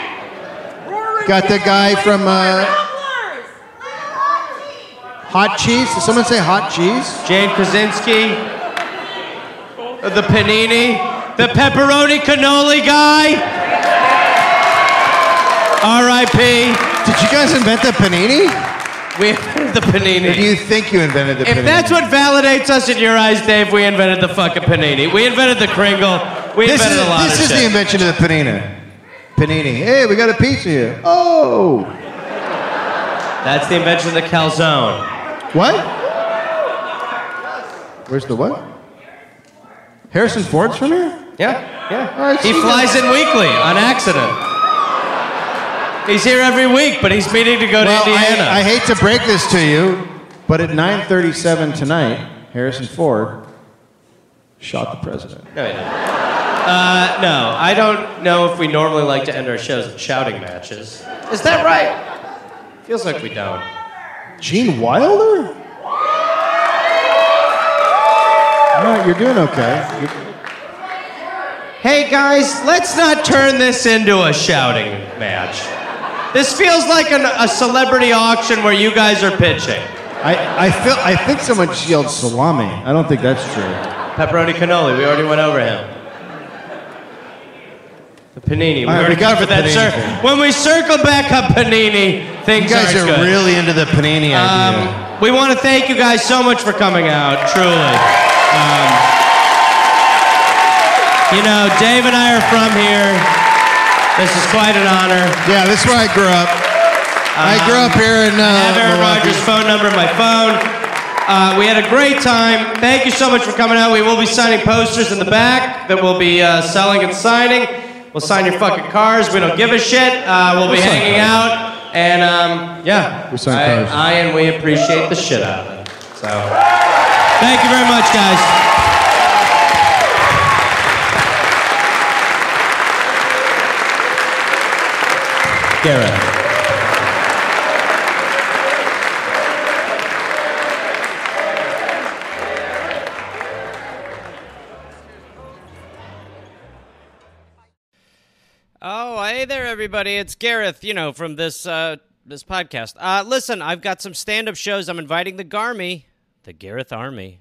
B: Got the guy from uh, Hot Cheese. Did someone say Hot Cheese?
A: Jane Krasinski. The panini. The pepperoni cannoli guy. R.I.P.
B: Did you guys invent the panini?
A: We invented the panini.
B: Or do you think you invented the
A: if
B: panini?
A: that's what validates us in your eyes, Dave, we invented the fucking panini. We invented the Kringle. We
B: this is,
A: invented a lot
B: this
A: of
B: is
A: shit.
B: the invention of the panini. Panini. Hey, we got a pizza here. Oh.
A: that's the invention of the calzone.
B: What? Where's the what? Harrison Ford's from here?
A: Yeah,
B: All
A: yeah.
B: right,
A: He
B: see you.
A: flies in weekly on accident. He's here every week, but he's meeting to go to
B: Well,
A: Indiana.
B: I, I hate to break this to you, but at 9:37 tonight, Harrison Ford shot the president.
A: No, he didn't. Uh, no, I don't know if we normally like to end our shows in shouting matches. Is that right? Feels like we don't.
B: Gene Wilder? No, you're doing okay. You're-
A: Hey guys, let's not turn this into a shouting match. This feels like an, a celebrity auction where you guys are pitching.
B: I, I feel I think someone yelled salami. I don't think that's true.
A: Pepperoni cannoli, we already went over him. The panini, we
B: All right, we
A: already
B: got
A: covered
B: the
A: that, sir.
B: panini thing.
A: When we circle back up panini, things
B: You guys
A: aren't
B: are
A: good.
B: really into the panini idea.
A: Um, we want to thank you guys so much for coming out, truly. Um, you know, Dave and I are from here. This is quite an honor.
B: yeah, this is where I grew up. I grew up here in uh,
A: I have Aaron
B: Milwaukee.
A: Rodgers' phone number in my phone. Uh, we had a great time. Thank you so much for coming out. We will be signing posters in the back that we'll be uh, selling and signing. We'll sign your fucking cars. We don't give a shit. Uh, we'll be
B: sign
A: hanging out. And um, yeah,
B: We sign
A: I-
B: cars.
A: I and we appreciate the shit out of it. So thank you very much, guys. Garrett.
J: Oh, hey there, everybody. It's Gareth, you know, from this uh, this podcast. Uh, listen, I've got some stand up shows. I'm inviting the Garmy, the Gareth Army,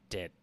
A: it